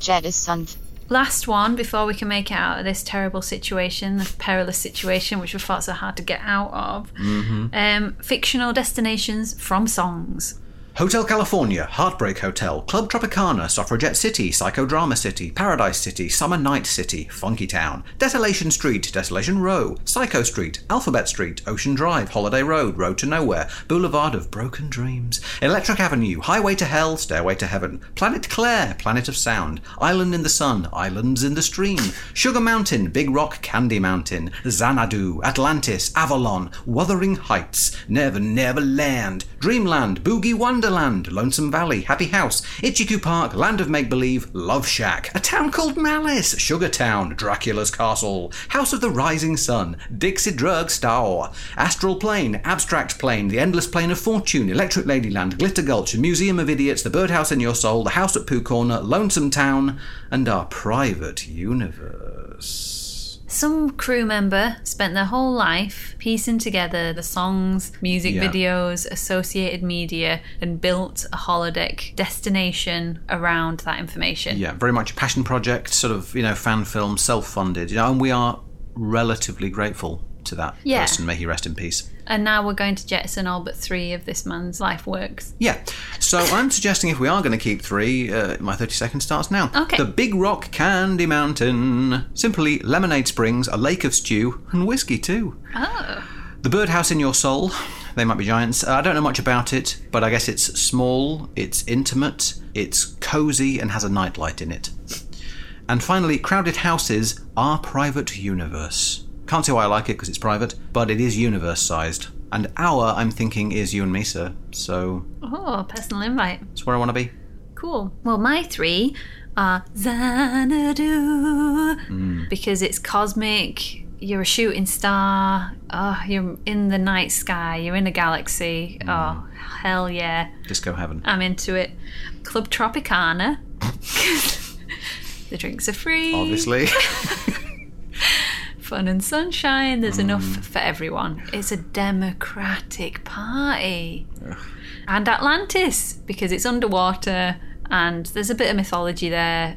jettisoned,
Last one before we can make it out of this terrible situation, this perilous situation which we fought so hard to get out of.
Mm-hmm.
Um, fictional destinations from songs.
Hotel California, Heartbreak Hotel, Club Tropicana, Suffragette City, Psychodrama City, Paradise City, Summer Night City, Funky Town, Desolation Street, Desolation Row, Psycho Street, Alphabet Street, Ocean Drive, Holiday Road, Road to Nowhere, Boulevard of Broken Dreams, Electric Avenue, Highway to Hell, Stairway to Heaven, Planet Claire, Planet of Sound, Island in the Sun, Islands in the Stream, Sugar Mountain, Big Rock, Candy Mountain, Xanadu, Atlantis, Avalon, Wuthering Heights, Never Never Land, Dreamland, Boogie Wonderland, Lonesome Valley, Happy House, Ichiku Park, Land of Make Believe, Love Shack, A Town Called Malice, Sugar Town, Dracula's Castle, House of the Rising Sun, Dixie Drug Store, Astral Plane, Abstract Plane, The Endless Plane of Fortune, Electric Ladyland, Glitter Gulch, Museum of Idiots, The Birdhouse in Your Soul, The House at Pooh Corner, Lonesome Town, and our private universe.
Some crew member spent their whole life piecing together the songs, music
Yeah.
videos, associated media, and built a holodeck destination around that information.
Yeah, very much a passion project, sort of, you know, fan film, self funded, you know, and we are relatively grateful to that
Yeah.
person. May he rest in peace.
And now we're going to jettison all but three of this man's life works.
Yeah. So I'm suggesting if we are going to keep three, uh, my 30 second starts now.
Okay.
The Big Rock Candy Mountain. Simply lemonade springs, a lake of stew, and whiskey too.
Oh.
The Birdhouse in Your Soul. They might be giants. Uh, I don't know much about it, but I guess it's small, it's intimate, it's cozy, and has a nightlight in it. And finally, Crowded Houses, Our Private Universe. Can't say why I like it because it's private, but it is universe sized. And our, I'm thinking, is you and me, sir. So
Oh, personal invite.
that's where I want to be.
Cool. Well, my three are Xanadu because it's cosmic. You're a shooting star. Oh, you're in the night sky. You're in a galaxy. Oh, hell yeah.
Disco Heaven.
I'm into it. Club Tropicana. the drinks are free.
Obviously.
Fun and sunshine. There's enough for everyone. It's a democratic party. And Atlantis, because it's underwater and there's a bit of mythology there.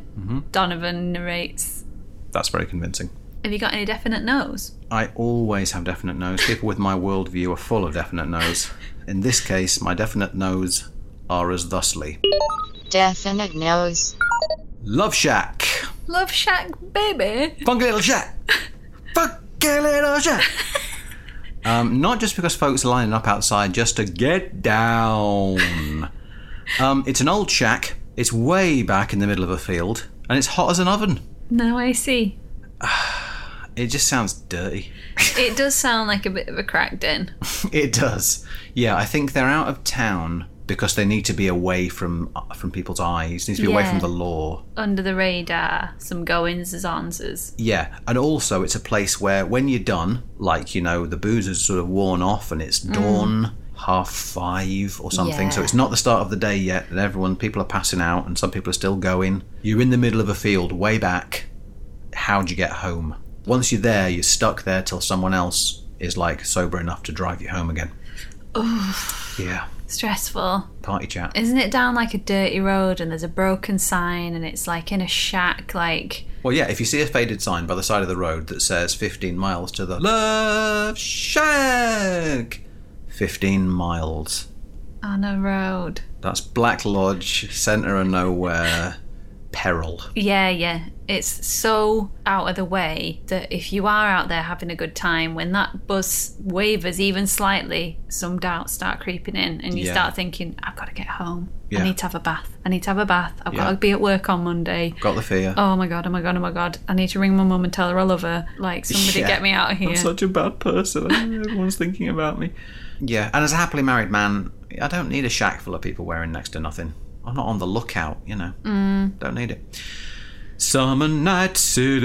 Donovan narrates.
That's very convincing.
Have you got any definite no's?
I always have definite no's. People with my worldview are full of definite no's. In this case, my definite no's are as thusly
definite nose,
Love Shack.
Love Shack, baby.
Funky little shack. Funky little shack. Um, not just because folks are lining up outside just to get down. Um, it's an old shack. It's way back in the middle of a field, and it's hot as an oven.
No AC.
It just sounds dirty.
It does sound like a bit of a crackdown.
It does. Yeah, I think they're out of town because they need to be away from uh, from people's eyes. Needs to be away
Yeah.
from the law.
Under the radar, some goings as onses.
Yeah, and also it's a place where when you're done, like you know, the booze is sort of worn off and it's dawn, half five or something. So
Mm. Yeah.
it's not the start of the day yet, and everyone people are passing out, and some people are still going. You're in the middle of a field, way back. How'd you get home? Once you're there, you're stuck there till someone else is like sober enough to drive you home again. Yeah,
Stressful.
party chat.
Isn't it down like a dirty road and there's a broken sign and it's like in a shack, like
Well, yeah, if you see a faded sign by the side of the road that says 15 miles to the Love Shack, 15 miles.
on a road?
That's Black Lodge, centre of nowhere, peril.
Yeah, yeah. It's so out of the way that if you are out there having a good time, when that bus wavers even slightly, some doubts start creeping in and you
Yeah.
start thinking, I've got to get home.
Yeah.
I need to have a bath. I need to have a bath. I've
Yeah.
got to be at work on Monday.
Got the fear.
Oh my god, oh my god, oh my god. I need to ring my mum and tell her I love her. Like, somebody
Yeah.
get me out of here.
I'm such a bad person. Everyone's thinking about me. Yeah, and as a happily married man, I don't need a shack full of people wearing next to nothing. I'm not on the lookout, you know.
Mm.
Don't need it. Summer night city.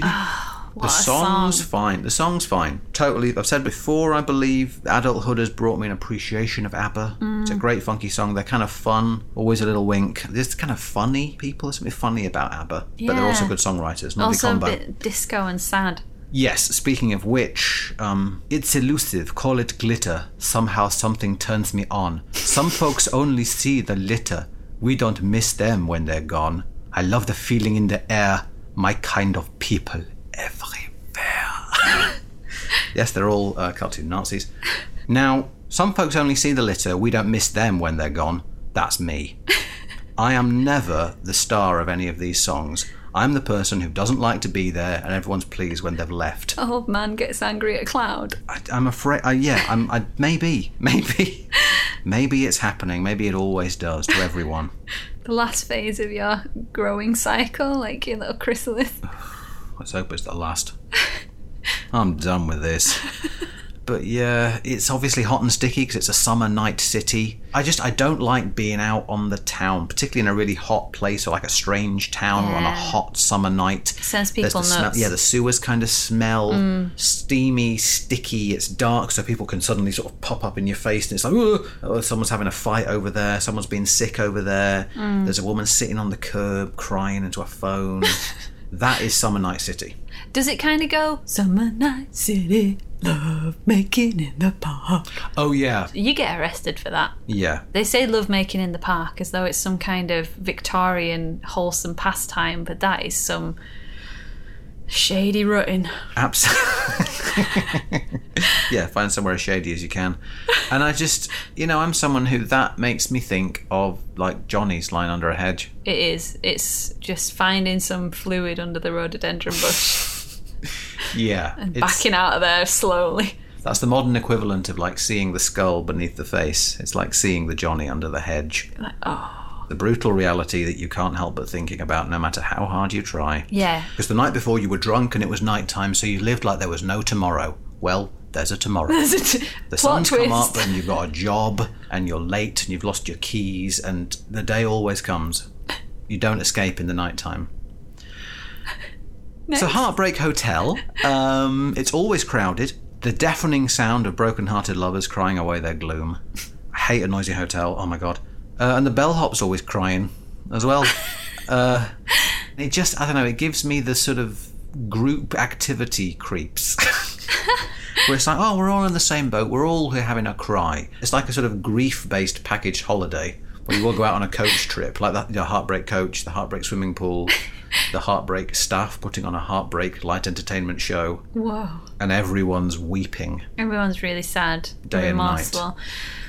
the
Ah, a
song's
song.
fine. The song's fine. Totally. I've said before. I believe adulthood has brought me an appreciation of ABBA. It's
Mm.
a great funky song. They're kind of fun. Always a little wink. There's kind of funny people. There's something funny about ABBA, but they're
Yeah.
also good songwriters. Not
also, a
combo.
bit disco and sad.
Yes, speaking of which, um, it's elusive, call it glitter. Somehow something turns me on. Some folks only see the litter. We don't miss them when they're gone. I love the feeling in the air, my kind of people everywhere. yes, they're all uh, cartoon Nazis. Now, some folks only see the litter, we don't miss them when they're gone. That's me. I am never the star of any of these songs. I'm the person who doesn't like to be there and everyone's pleased when they've left.
Old Oh, man gets angry at cloud.
I, I'm afraid, I, yeah, I'm, I, maybe, maybe, maybe it's happening. Maybe it always does to everyone.
The last phase of your growing cycle, like your little chrysalis.
Let's hope it's the last. I'm done with this. But yeah, it's obviously hot and sticky because it's a summer night city. I just I don't like being out on the town, particularly in a really hot place or like a strange town or on a
Yeah.
hot summer night.
Sends
There's the
people
smell-
nuts. Mm.
yeah, the sewers kind of smell steamy, sticky. It's dark, so people can suddenly sort of pop up in your face, and it's like, "Ugh." oh, someone's having a fight over there. Someone's been sick over there.
Mm.
There's a woman sitting on the curb crying into a phone. that is summer night city.
Does it kind of go summer night city love making in the park?
Oh yeah,
You get arrested for that.
yeah.
They say love making in the park as though it's some kind of Victorian wholesome pastime, but that is some shady rutting.
Absolutely. yeah, find somewhere as shady as you can. And I just, you know, I'm someone who that makes me think of like Johnny's lying under a hedge.
It is. It's just finding some fluid under the rhododendron bush,
Yeah. it's-
backing out of there slowly.
That's the modern equivalent of like seeing the skull beneath the face. It's like seeing the Johnny under the hedge. The brutal reality that you can't help but thinking about no matter how hard you try.
Yeah.
Because the night before you were drunk and it was nighttime, so you lived like there was no tomorrow. Well, there's a tomorrow. The
Plot
sun's come
twist.
up and you've got a job and you're late and you've lost your keys and the day always comes. You don't escape in the nighttime. It's a heartbreak hotel. Um, it's always crowded. The deafening sound of broken-hearted lovers crying away their gloom. I hate a noisy hotel. Oh my god. Uh, and the bellhop's always crying as well. uh, it just I don't know. It gives me the sort of group activity creeps. Where it's like, oh, we're all in the same boat. We're all here having a cry. It's like a sort of grief-based package holiday where you all go out on a coach trip, like that. The heartbreak coach, the heartbreak swimming pool, the heartbreak staff putting on a heartbreak light entertainment show,
Whoa.
and everyone's weeping.
Everyone's really sad,
Day and night.
remorseful.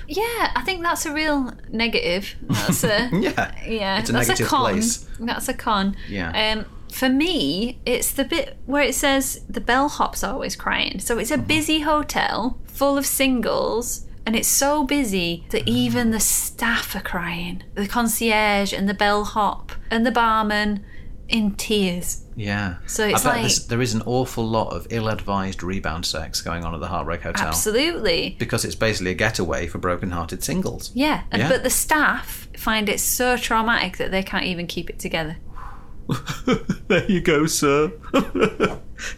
Yeah, I think that's a real negative. That's a
Yeah,
yeah,
It's a
that's
negative
a con.
place.
That's a con.
Yeah.
Um, for me, it's the bit where it says the bellhop's are always crying. So it's a
Uh-huh.
busy hotel full of singles. And it's so busy that
Uh-huh.
even the staff are crying. The concierge and the bellhop and the barman in tears.
Yeah.
So it's
I bet
like-
there's, there is an awful lot of ill-advised rebound sex going on at the Heartbreak Hotel
Absolutely.
because it's basically a getaway for broken-hearted singles.
Yeah, and,
Yeah.
but the staff find it so traumatic that they can't even keep it together.
there you go, sir.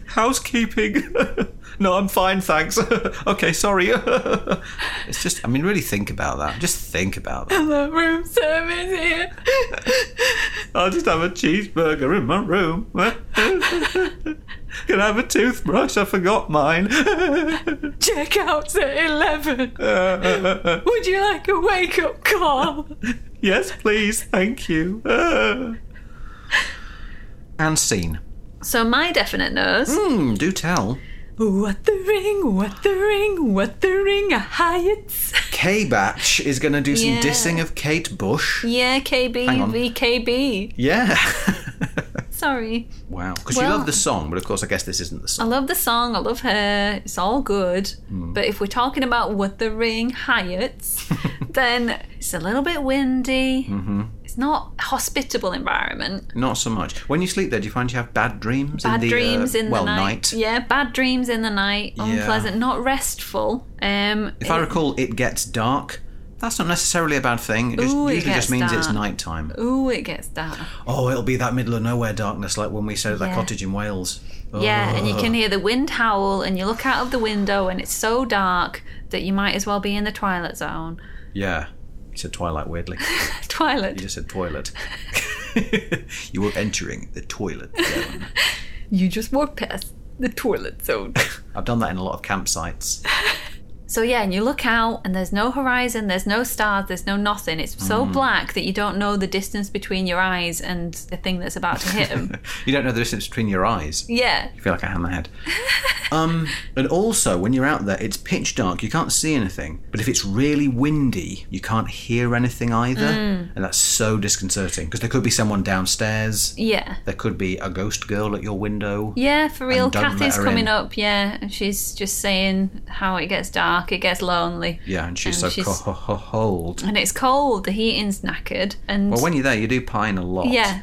Housekeeping. no, I'm fine, thanks. okay, sorry. it's just, I mean, really think about that. Just think about that.
The room service here.
I'll just have a cheeseburger in my room. Can I have a toothbrush? I forgot mine.
Checkout's at 11. Would you like a wake up call?
yes, please. Thank you. and scene.
So, my definite nose.
Hmm, do tell.
Mm. What the ring, what the ring, what the ring, a Hyatt's.
K Batch is going to do some
Yeah.
dissing of Kate Bush.
Yeah, KB,
Hang on.
VKB.
Yeah.
Sorry.
wow. Because you
Well-
love the song, but of course, I guess this isn't the
I
song.
love the song. I love her. It's all good.
Mm.
But if we're talking about Wuthering Heights, then it's a little bit windy. Mm-hmm. It's not a hospitable environment.
Not so much. When you sleep there, do you find you have bad dreams? in
Um, Bad
the,
dreams
uh,
in the
well,
night. Yeah, bad dreams in the night. Unpleasant, not restful. Um,
If I
it-
recall, it gets dark. That's not necessarily a bad thing. It just,
Ooh, it
usually just
gets
means it's
dark.
nighttime.
Ooh, it gets dark.
Oh, it'll be that middle of nowhere darkness, like when we stayed at that
Yeah.
cottage in Wales. Oh.
Yeah, and you can hear the wind howl, and you look out of the window, and it's so dark that you might as well be in the Twilight Zone.
Yeah. You said twilight weirdly.
Twilight.
You just said toilet. you were entering the toilet. zone.
You just walk past the toilet zone.
I've done that in a lot of campsites.
so yeah, and you look out, and there's no horizon, there's no stars, there's no nothing. It's so
Mm.
black that you don't know the distance between your eyes and the thing that's about to hit them.
You don't know the distance between your eyes.
yeah,
You feel like a hammerhead. um, and also, when you're out there, it's pitch dark. You can't see anything. But if it's really windy, you can't hear anything either.
Mm.
And that's so disconcerting because there could be someone downstairs.
yeah,
There could be a ghost girl at your window.
yeah. For real,
And don't let
Kathy's
her
coming
in.
up. Yeah, and she's just saying how it gets dark, it gets lonely,
Yeah, and she's
And
so
she's-
co- ho- ho- old.
and it's cold. The heating's knackered, and
Well, when you're there, you do pine a lot.
yeah.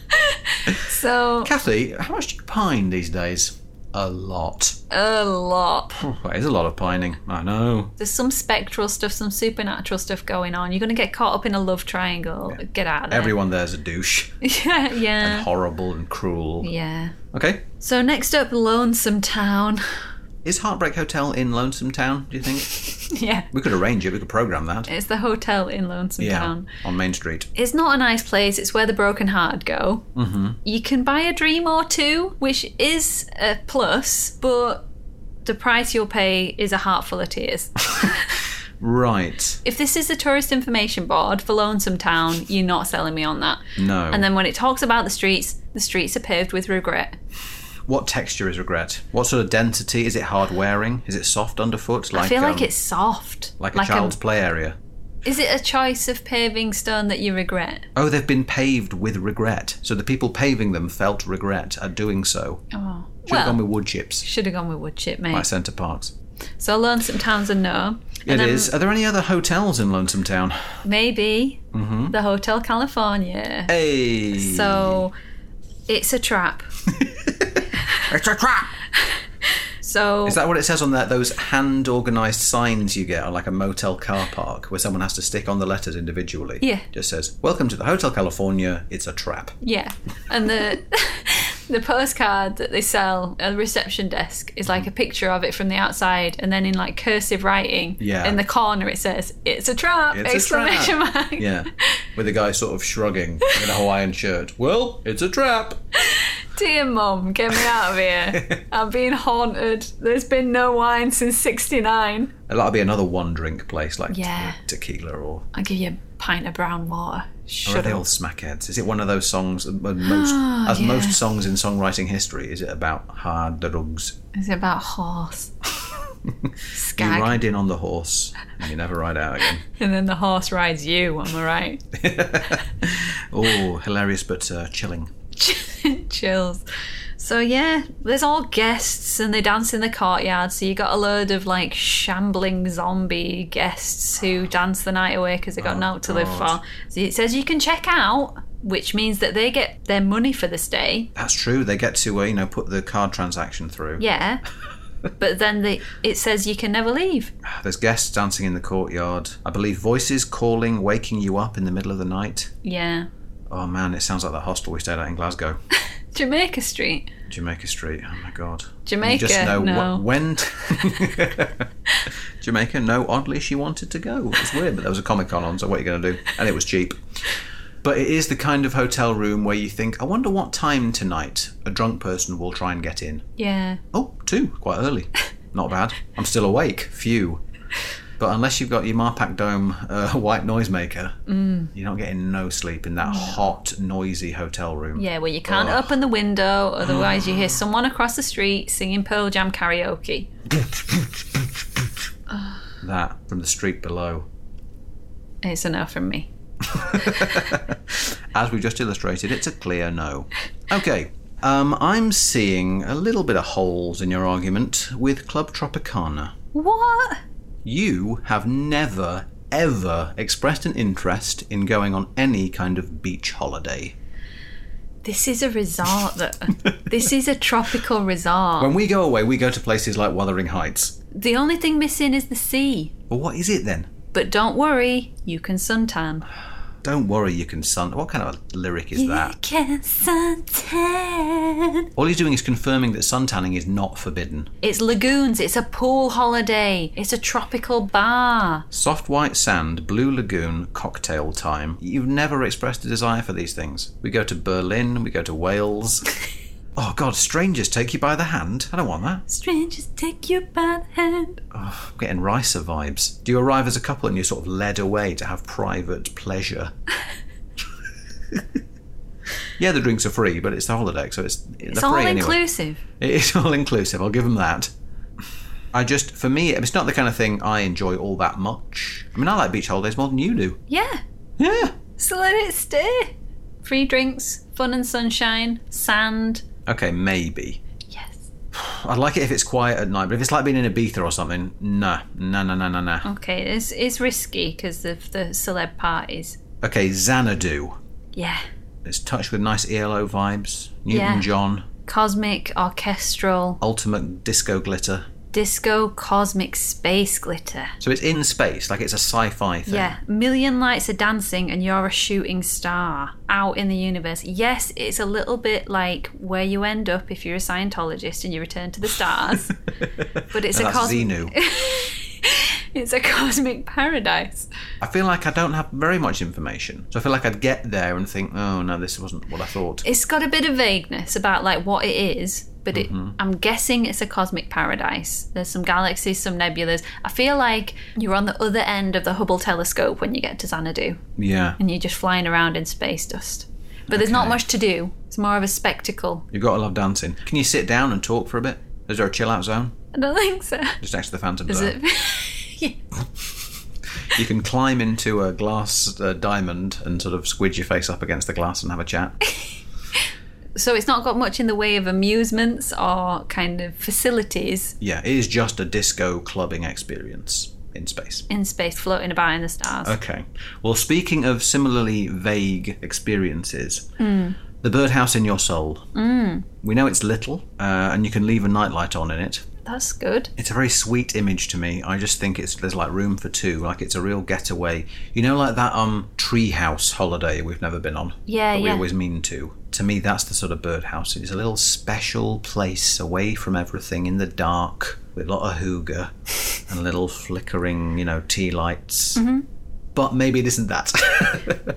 so
Kathy, how much do you pine these days? A lot.
a lot.
That is a lot of pining. I know.
There's some spectral stuff, some supernatural stuff going on. You're going to get caught up in a love triangle. Get out of there.
Everyone there's a douche.
yeah, yeah.
Horrible and cruel.
Yeah.
Okay.
So next up, Lonesome Town.
Is Heartbreak Hotel in Lonesome Town, do you think?
yeah.
we could arrange it, we could program that.
It's the hotel in Lonesome
Yeah.
Town.
On Main Street.
It's not a nice place. It's where the broken hearted go. Mm-hmm. You can buy a dream or two, which is a plus, but the price you'll pay is a heart full of tears.
Right.
if this is the tourist information board for Lonesome Town, you're not selling me on that.
No.
And then when it talks about the streets, the streets are paved with regret.
what texture is regret? What sort of density? Is it hard wearing? Is it soft underfoot? Like
I feel like
um,
it's soft. um,
like a child's play area.
Is it a choice of paving stone that you regret?
Oh, they've been paved with regret. So the people paving them felt regret at doing so.
Oh,
Should have gone with wood chips
should have gone with wood chip, mate.
by Centre Parks.
So Lonesome Town's a no.
It is. Are there any other hotels in Lonesome Town?
Maybe the Hotel California.
Mm-hmm. Hey.
So it's a trap.
It's a trap.
So
Is that what it says on that? Those hand-organized signs you get on like a motel car park, where someone has to stick on the letters individually.
Yeah.
Just says, "Welcome to the Hotel California. It's a trap."
Yeah, and the the postcard that they sell at the reception desk is like a picture of it from the outside, and then in like cursive writing,
Yeah.
in the corner it says "It's a trap!"
It's a
exclamation
trap.
mark.
Yeah. With the guy sort of shrugging in a Hawaiian shirt. Well, it's a trap.
Dear mum, get me out of here! I'm being haunted. There's been no wine since '69.
And That'll be another one-drink place like
Yeah.
te- tequila or.
I'll give you a pint of brown water.
Or are
Shut
they all
up.
smackheads? Is it one of those songs, that were most,
Ah,
as most songs in songwriting history, is it about hard drugs?
Is it about horse?
You
Skag.
ride in on the horse and you never ride out again.
And then the horse rides you. Am I right?
Oh, hilarious but uh, chilling.
chills. So yeah, there's all guests and they dance in the courtyard. So you got a load of like shambling zombie guests who dance the night away because they got naught to live for. So it says you can check out, which means that they get their money for the stay.
That's true. They get to uh, you know put the card transaction through.
Yeah. But then they, it says you can never leave.
There's guests dancing in the courtyard. I believe voices calling, waking you up in the middle of the night.
Yeah.
Oh man, it sounds like the hostel we stayed at in Glasgow,
Jamaica Street.
Jamaica Street. Oh my god.
Jamaica.
you just know
no.
wh- when. to- Jamaica. No, oddly she wanted to go. It was weird, but there was a Comic Con on, so what are you going to do? And it was cheap. But it is the kind of hotel room where you think, I wonder what time tonight a drunk person will try and get in.
yeah.
Oh, two, quite early. Not bad. I'm still awake. Phew. But unless you've got your Marpak Dome uh, white noisemaker,
Mm.
you're not getting no sleep in that hot, noisy hotel room.
Yeah, where you can't open the window, otherwise you hear someone across the street singing Pearl Jam karaoke.
that from the street below.
It's a no from me.
As we've just illustrated, it's a clear no. Okay, um, I'm seeing a little bit of holes in your argument with Club Tropicana.
What?
You have never, ever expressed an interest in going on any kind of beach holiday.
This is a resort. That, this is a tropical resort.
When we go away, we go to places like Wuthering Heights.
the only thing missing is the sea.
Well, what is it then?
But don't worry, you can suntan.
Don't worry, you can sun. What kind of a lyric is that?
can suntan.
All he's doing is confirming that suntanning is not forbidden.
It's lagoons. It's a pool holiday. It's a tropical bar.
Soft white sand, blue lagoon, cocktail time. You've never expressed a desire for these things. We go to Berlin, we go to Wales. oh god, strangers take you by the hand. I don't want that.
Strangers take you by the hand.
I'm getting Ricer vibes. Do you arrive as a couple and you're sort of led away to have private pleasure? yeah, the drinks are free, but it's the holiday, so it's
It's all inclusive.
It is all inclusive. I'll give them that. I just, for me, it's not the kind of thing I enjoy all that much. I mean, I like beach holidays more than you do.
Yeah.
Yeah.
So let it stay. Free drinks, fun and sunshine, sand.
Okay, maybe.
Yes.
I'd like it if it's quiet at night, but if it's like being in Ibiza or something, nah, nah, nah, nah, nah, nah.
Okay, it's it's risky because of the celeb parties.
Okay, Xanadu.
Yeah.
It's touched with nice ELO vibes. Newton
Yeah.
John.
Cosmic, orchestral,
Ultimate disco glitter.
disco, cosmic space glitter.
So it's in space, like it's a sci-fi thing.
Yeah, million lights are dancing and you're a shooting star out in the universe. Yes, it's a little bit like where you end up if you're a Scientologist and you return to the stars, but it's
And
a
that's
cosmic
Xenu.
it's a cosmic paradise.
I feel like I don't have very much information, so I feel like I'd get there and think, "Oh no, this wasn't what I thought."
It's got a bit of vagueness about like what it is, but it,
Mm-hmm.
I'm guessing it's a cosmic paradise. There's some galaxies, some nebulas. I feel like you're on the other end of the Hubble telescope when you get to Xanadu.
Yeah,
and you're just flying around in space dust. But there's not much to do. It's more of a spectacle.
you've got to love dancing. Can you sit down and talk for a bit? Is there a chill-out zone
I don't think so.
just next to the Phantom
Is
Zone?
it?
You can climb into a glass uh, diamond and sort of squid your face up against the glass and have a chat.
So it's not got much in the way of amusements or kind of facilities
Yeah, it is just a disco clubbing experience in space.
in space floating about in the stars.
Okay. Well, speaking of similarly vague experiences, the birdhouse in your soul. Mm. We know it's little, uh, and you can leave a nightlight on in it.
That's good.
It's a very sweet image to me. I just think it's there's like room for two, like it's a real getaway. You know, like that um treehouse holiday we've never been on.
Yeah,
but we
yeah.
always mean to. To me, that's the sort of birdhouse. It's a little special place away from everything in the dark with a lot of hygge and little flickering, you know, tea lights.
Mm-hmm.
But maybe it isn't that.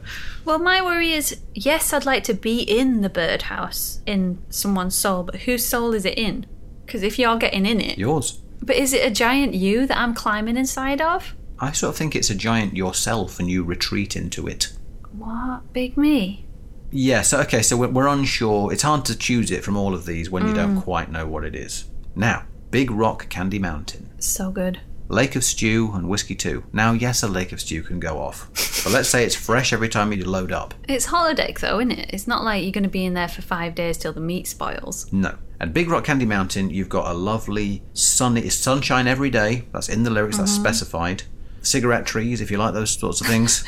Well, my worry is yes, I'd like to be in the birdhouse in someone's soul, but whose soul is it in? Because if you're getting in it,
Yours.
but is it a giant you that I'm climbing inside of?
I sort of think it's a giant yourself and you retreat into it.
What? Big me?
Yeah, so okay, so we're, we're unsure. It's hard to choose it from all of these when you don't quite know what it is. Now, Big Rock Candy Mountain,
So good.
Lake of Stew, and Whiskey 2. Now, yes, a Lake of Stew can go off, but let's say it's fresh every time you load up.
It's holodeck though, isn't it? It's not like you're going to be in there for five days till the meat spoils.
No. At Big Rock Candy Mountain, you've got a lovely sunny it's sunshine every day. That's in the lyrics, that's specified. Cigarette trees, if you like those sorts of things.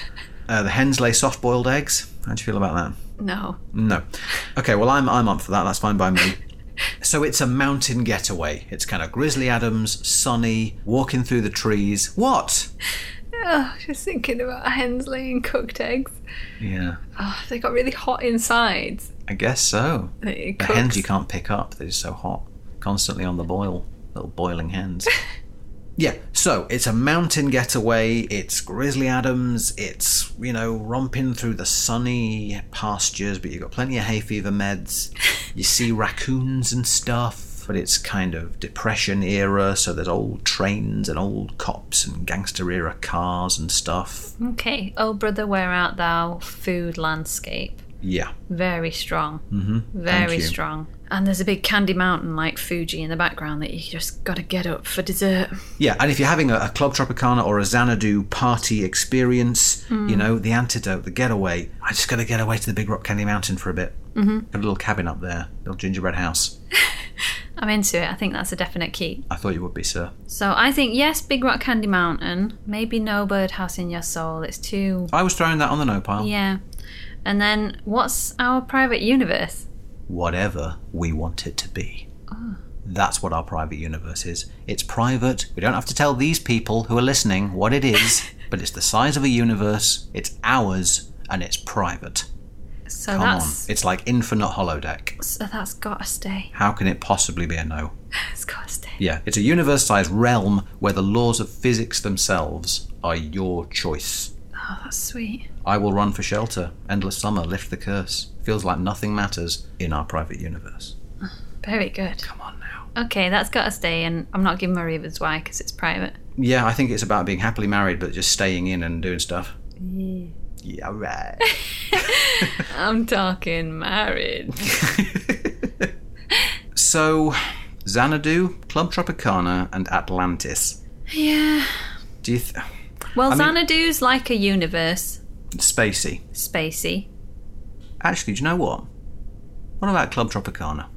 uh, the Hensley soft boiled eggs. How do you feel about that?
No.
No. Okay, well, I'm, I'm up for that. That's fine by me. so it's a mountain getaway. It's kind of Grizzly Adams, sunny, walking through the trees. What?
Oh, just thinking about Hensley and cooked eggs.
Yeah,
Oh, they got really hot insides.
I guess so.
It
The
cooks.
hens you can't pick up, they're just so hot. Constantly on the boil. Little boiling hens. yeah, so it's a mountain getaway. It's Grizzly Adams. It's, you know, romping through the sunny pastures, but you've got plenty of hay fever meds. You see raccoons and stuff, but it's kind of Depression era, so there's old trains and old cops and gangster era cars and stuff.
Okay. Oh, brother, where art thou? Food landscape.
Yeah.
Very strong. Mm-hmm. Very
you.
strong. And there's a big candy mountain like Fuji in the background that you just got to get up for dessert.
Yeah, and if you're having a, a Club Tropicana or a Xanadu party experience,
Mm.
you know, the antidote, the getaway. I just got to get away to the Big Rock Candy Mountain for a bit. Mm-hmm. Got a little cabin up there, little gingerbread house.
I'm into it. I think that's a definite key.
I thought you would be, sir.
So I think yes, Big Rock Candy Mountain. Maybe no birdhouse in your soul. It's too
I was throwing that on the no pile.
yeah. And then what's our private universe?
whatever we want it to be.
Ah.
That's what our private universe is. It's private. We don't have to tell these people who are listening what it is, but it's the size of a universe, it's ours, and it's private.
So
Come
that's
on. It's like Infinite Holodeck.
so that's gotta stay.
How can it possibly be a no?
It's gotta stay.
Yeah, it's a universe sized realm where the laws of physics themselves are your choice.
Oh, that's sweet.
I will run for shelter. Endless summer, lift the curse. Feels like nothing matters in our private universe. Um,
Very good.
Come on now.
Okay, that's gotta stay. And I'm not giving my reasons why because it's private.
Yeah, I think it's about being happily married, but just staying in and doing stuff. Yeah, right.
I'm talking marriage.
so, Xanadu, Club Tropicana, and Atlantis.
Yeah.
Do you th-
Well,
mean-
Xanadu's like a universe,
spacey?
spacey.
Actually, do you know what? What about Club Tropicana?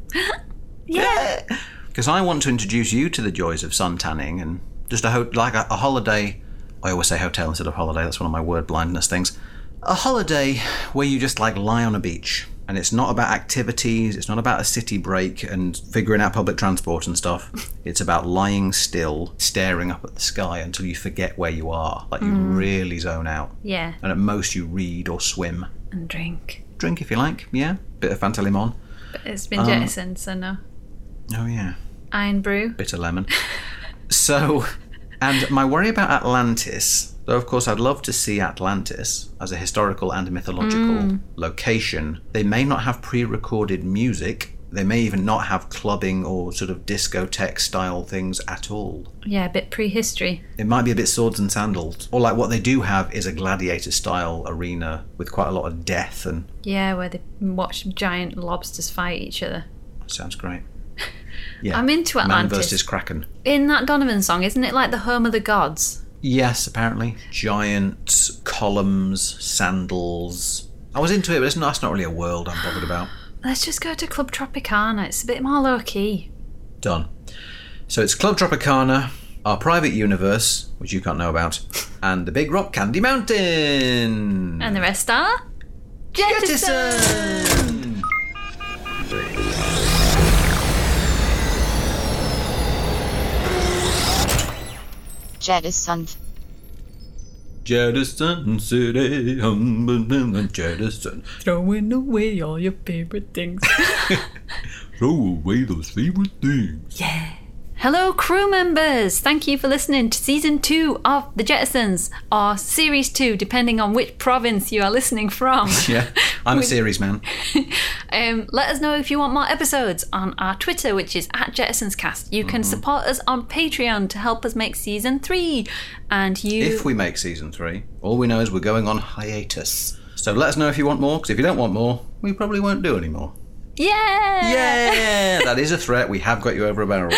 yeah. Because I want to introduce you to the joys of sun tanning and just a ho- like a, a holiday. I always say hotel instead of holiday. That's one of my word blindness things. A holiday where you just like lie on a beach and it's not about activities. It's not about a city break and figuring out public transport and stuff. it's about lying still, staring up at the sky until you forget where you are. Like you really zone out.
Yeah.
And at most you read or swim
And drink.
drink if you like. Yeah, bit of Fanta Limon.
But it's
Um,
been jettisoned, so no.
Oh yeah,
Iron brew.
bitter lemon. so, and my worry about Atlantis, though of course I'd love to see Atlantis as a historical and mythological
Mm.
location. They may not have pre-recorded music. They may even not have clubbing or sort of discotheque style things at all.
Yeah, a bit prehistory.
It might be a bit swords and sandals, or like what they do have is a gladiator style arena with quite a lot of death and
Yeah, where they watch giant lobsters fight each other.
sounds great. Yeah,
I'm into
man
Atlantis.
versus kraken.
In that Donovan song, isn't it like the home of the gods?
Yes, apparently. Giant columns, sandals. I was into it, but it's not, that's not really a world I'm bothered about.
Let's just go to Club Tropicana. It's a bit more low key.
Done. So it's Club Tropicana, our private universe, which you can't know about, and the Big Rock Candy Mountain.
And the rest are.
Jettison!
jettisoned,
Jettison City, hum, bum, bum, and Jettison.
Throwing away all your favourite things.
Throw away those favorite things.
Hello, crew members! Thank you for listening to season two of The Jettisons, or series two, depending on which province you are listening from.
Yeah, I'm a series man.
Um, let us know if you want more episodes on our Twitter, which is at JettisonsCast. You
Mm-hmm.
can support us on Patreon to help us make season three. And you.
If we make season three, all we know is we're going on hiatus. So let us know if you want more, because if you don't want more, we probably won't do any more.
yeah!
Yeah, that is a threat. We have got you over a barrel.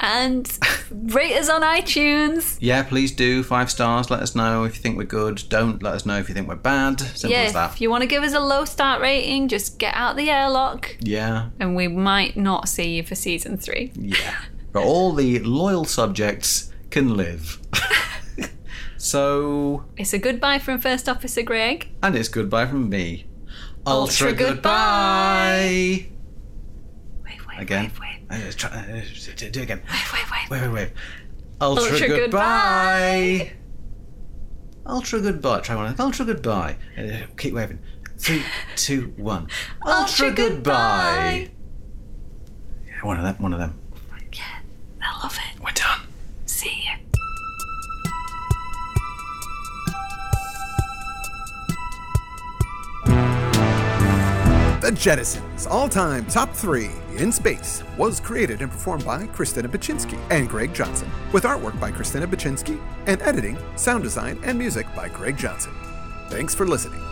And rate us on iTunes.
Yeah, please do five stars. Let us know if you think we're good. Don't let us know if you think we're bad. Simple as
Yeah,
that.
if you want to give us a low start rating, just get out the airlock
Yeah,
and we might not see you for season three.
yeah. But all the loyal subjects can live. so,
It's a goodbye from First Officer Greg.
and it's goodbye from me.
Ultra goodbye. Wait, wait,
Again.
wait, wait,
Uh, try- uh, Do do it again.
wait, wait.
Wait, wait, wait. Ultra,
Ultra
goodbye. Ultra goodbye. Try one. Ultra goodbye. Uh, keep waving. Three, two, one. Ultra,
Ultra goodbye.
goodbye. Yeah, one of them. One of them.
I love it.
We're done.
See you.
The Jettisons, all time top three in space, was created and performed by Kristina Baczynski and Greg Johnson, with artwork by Kristina Baczynski and editing, sound design, and music by Greg Johnson. Thanks for listening.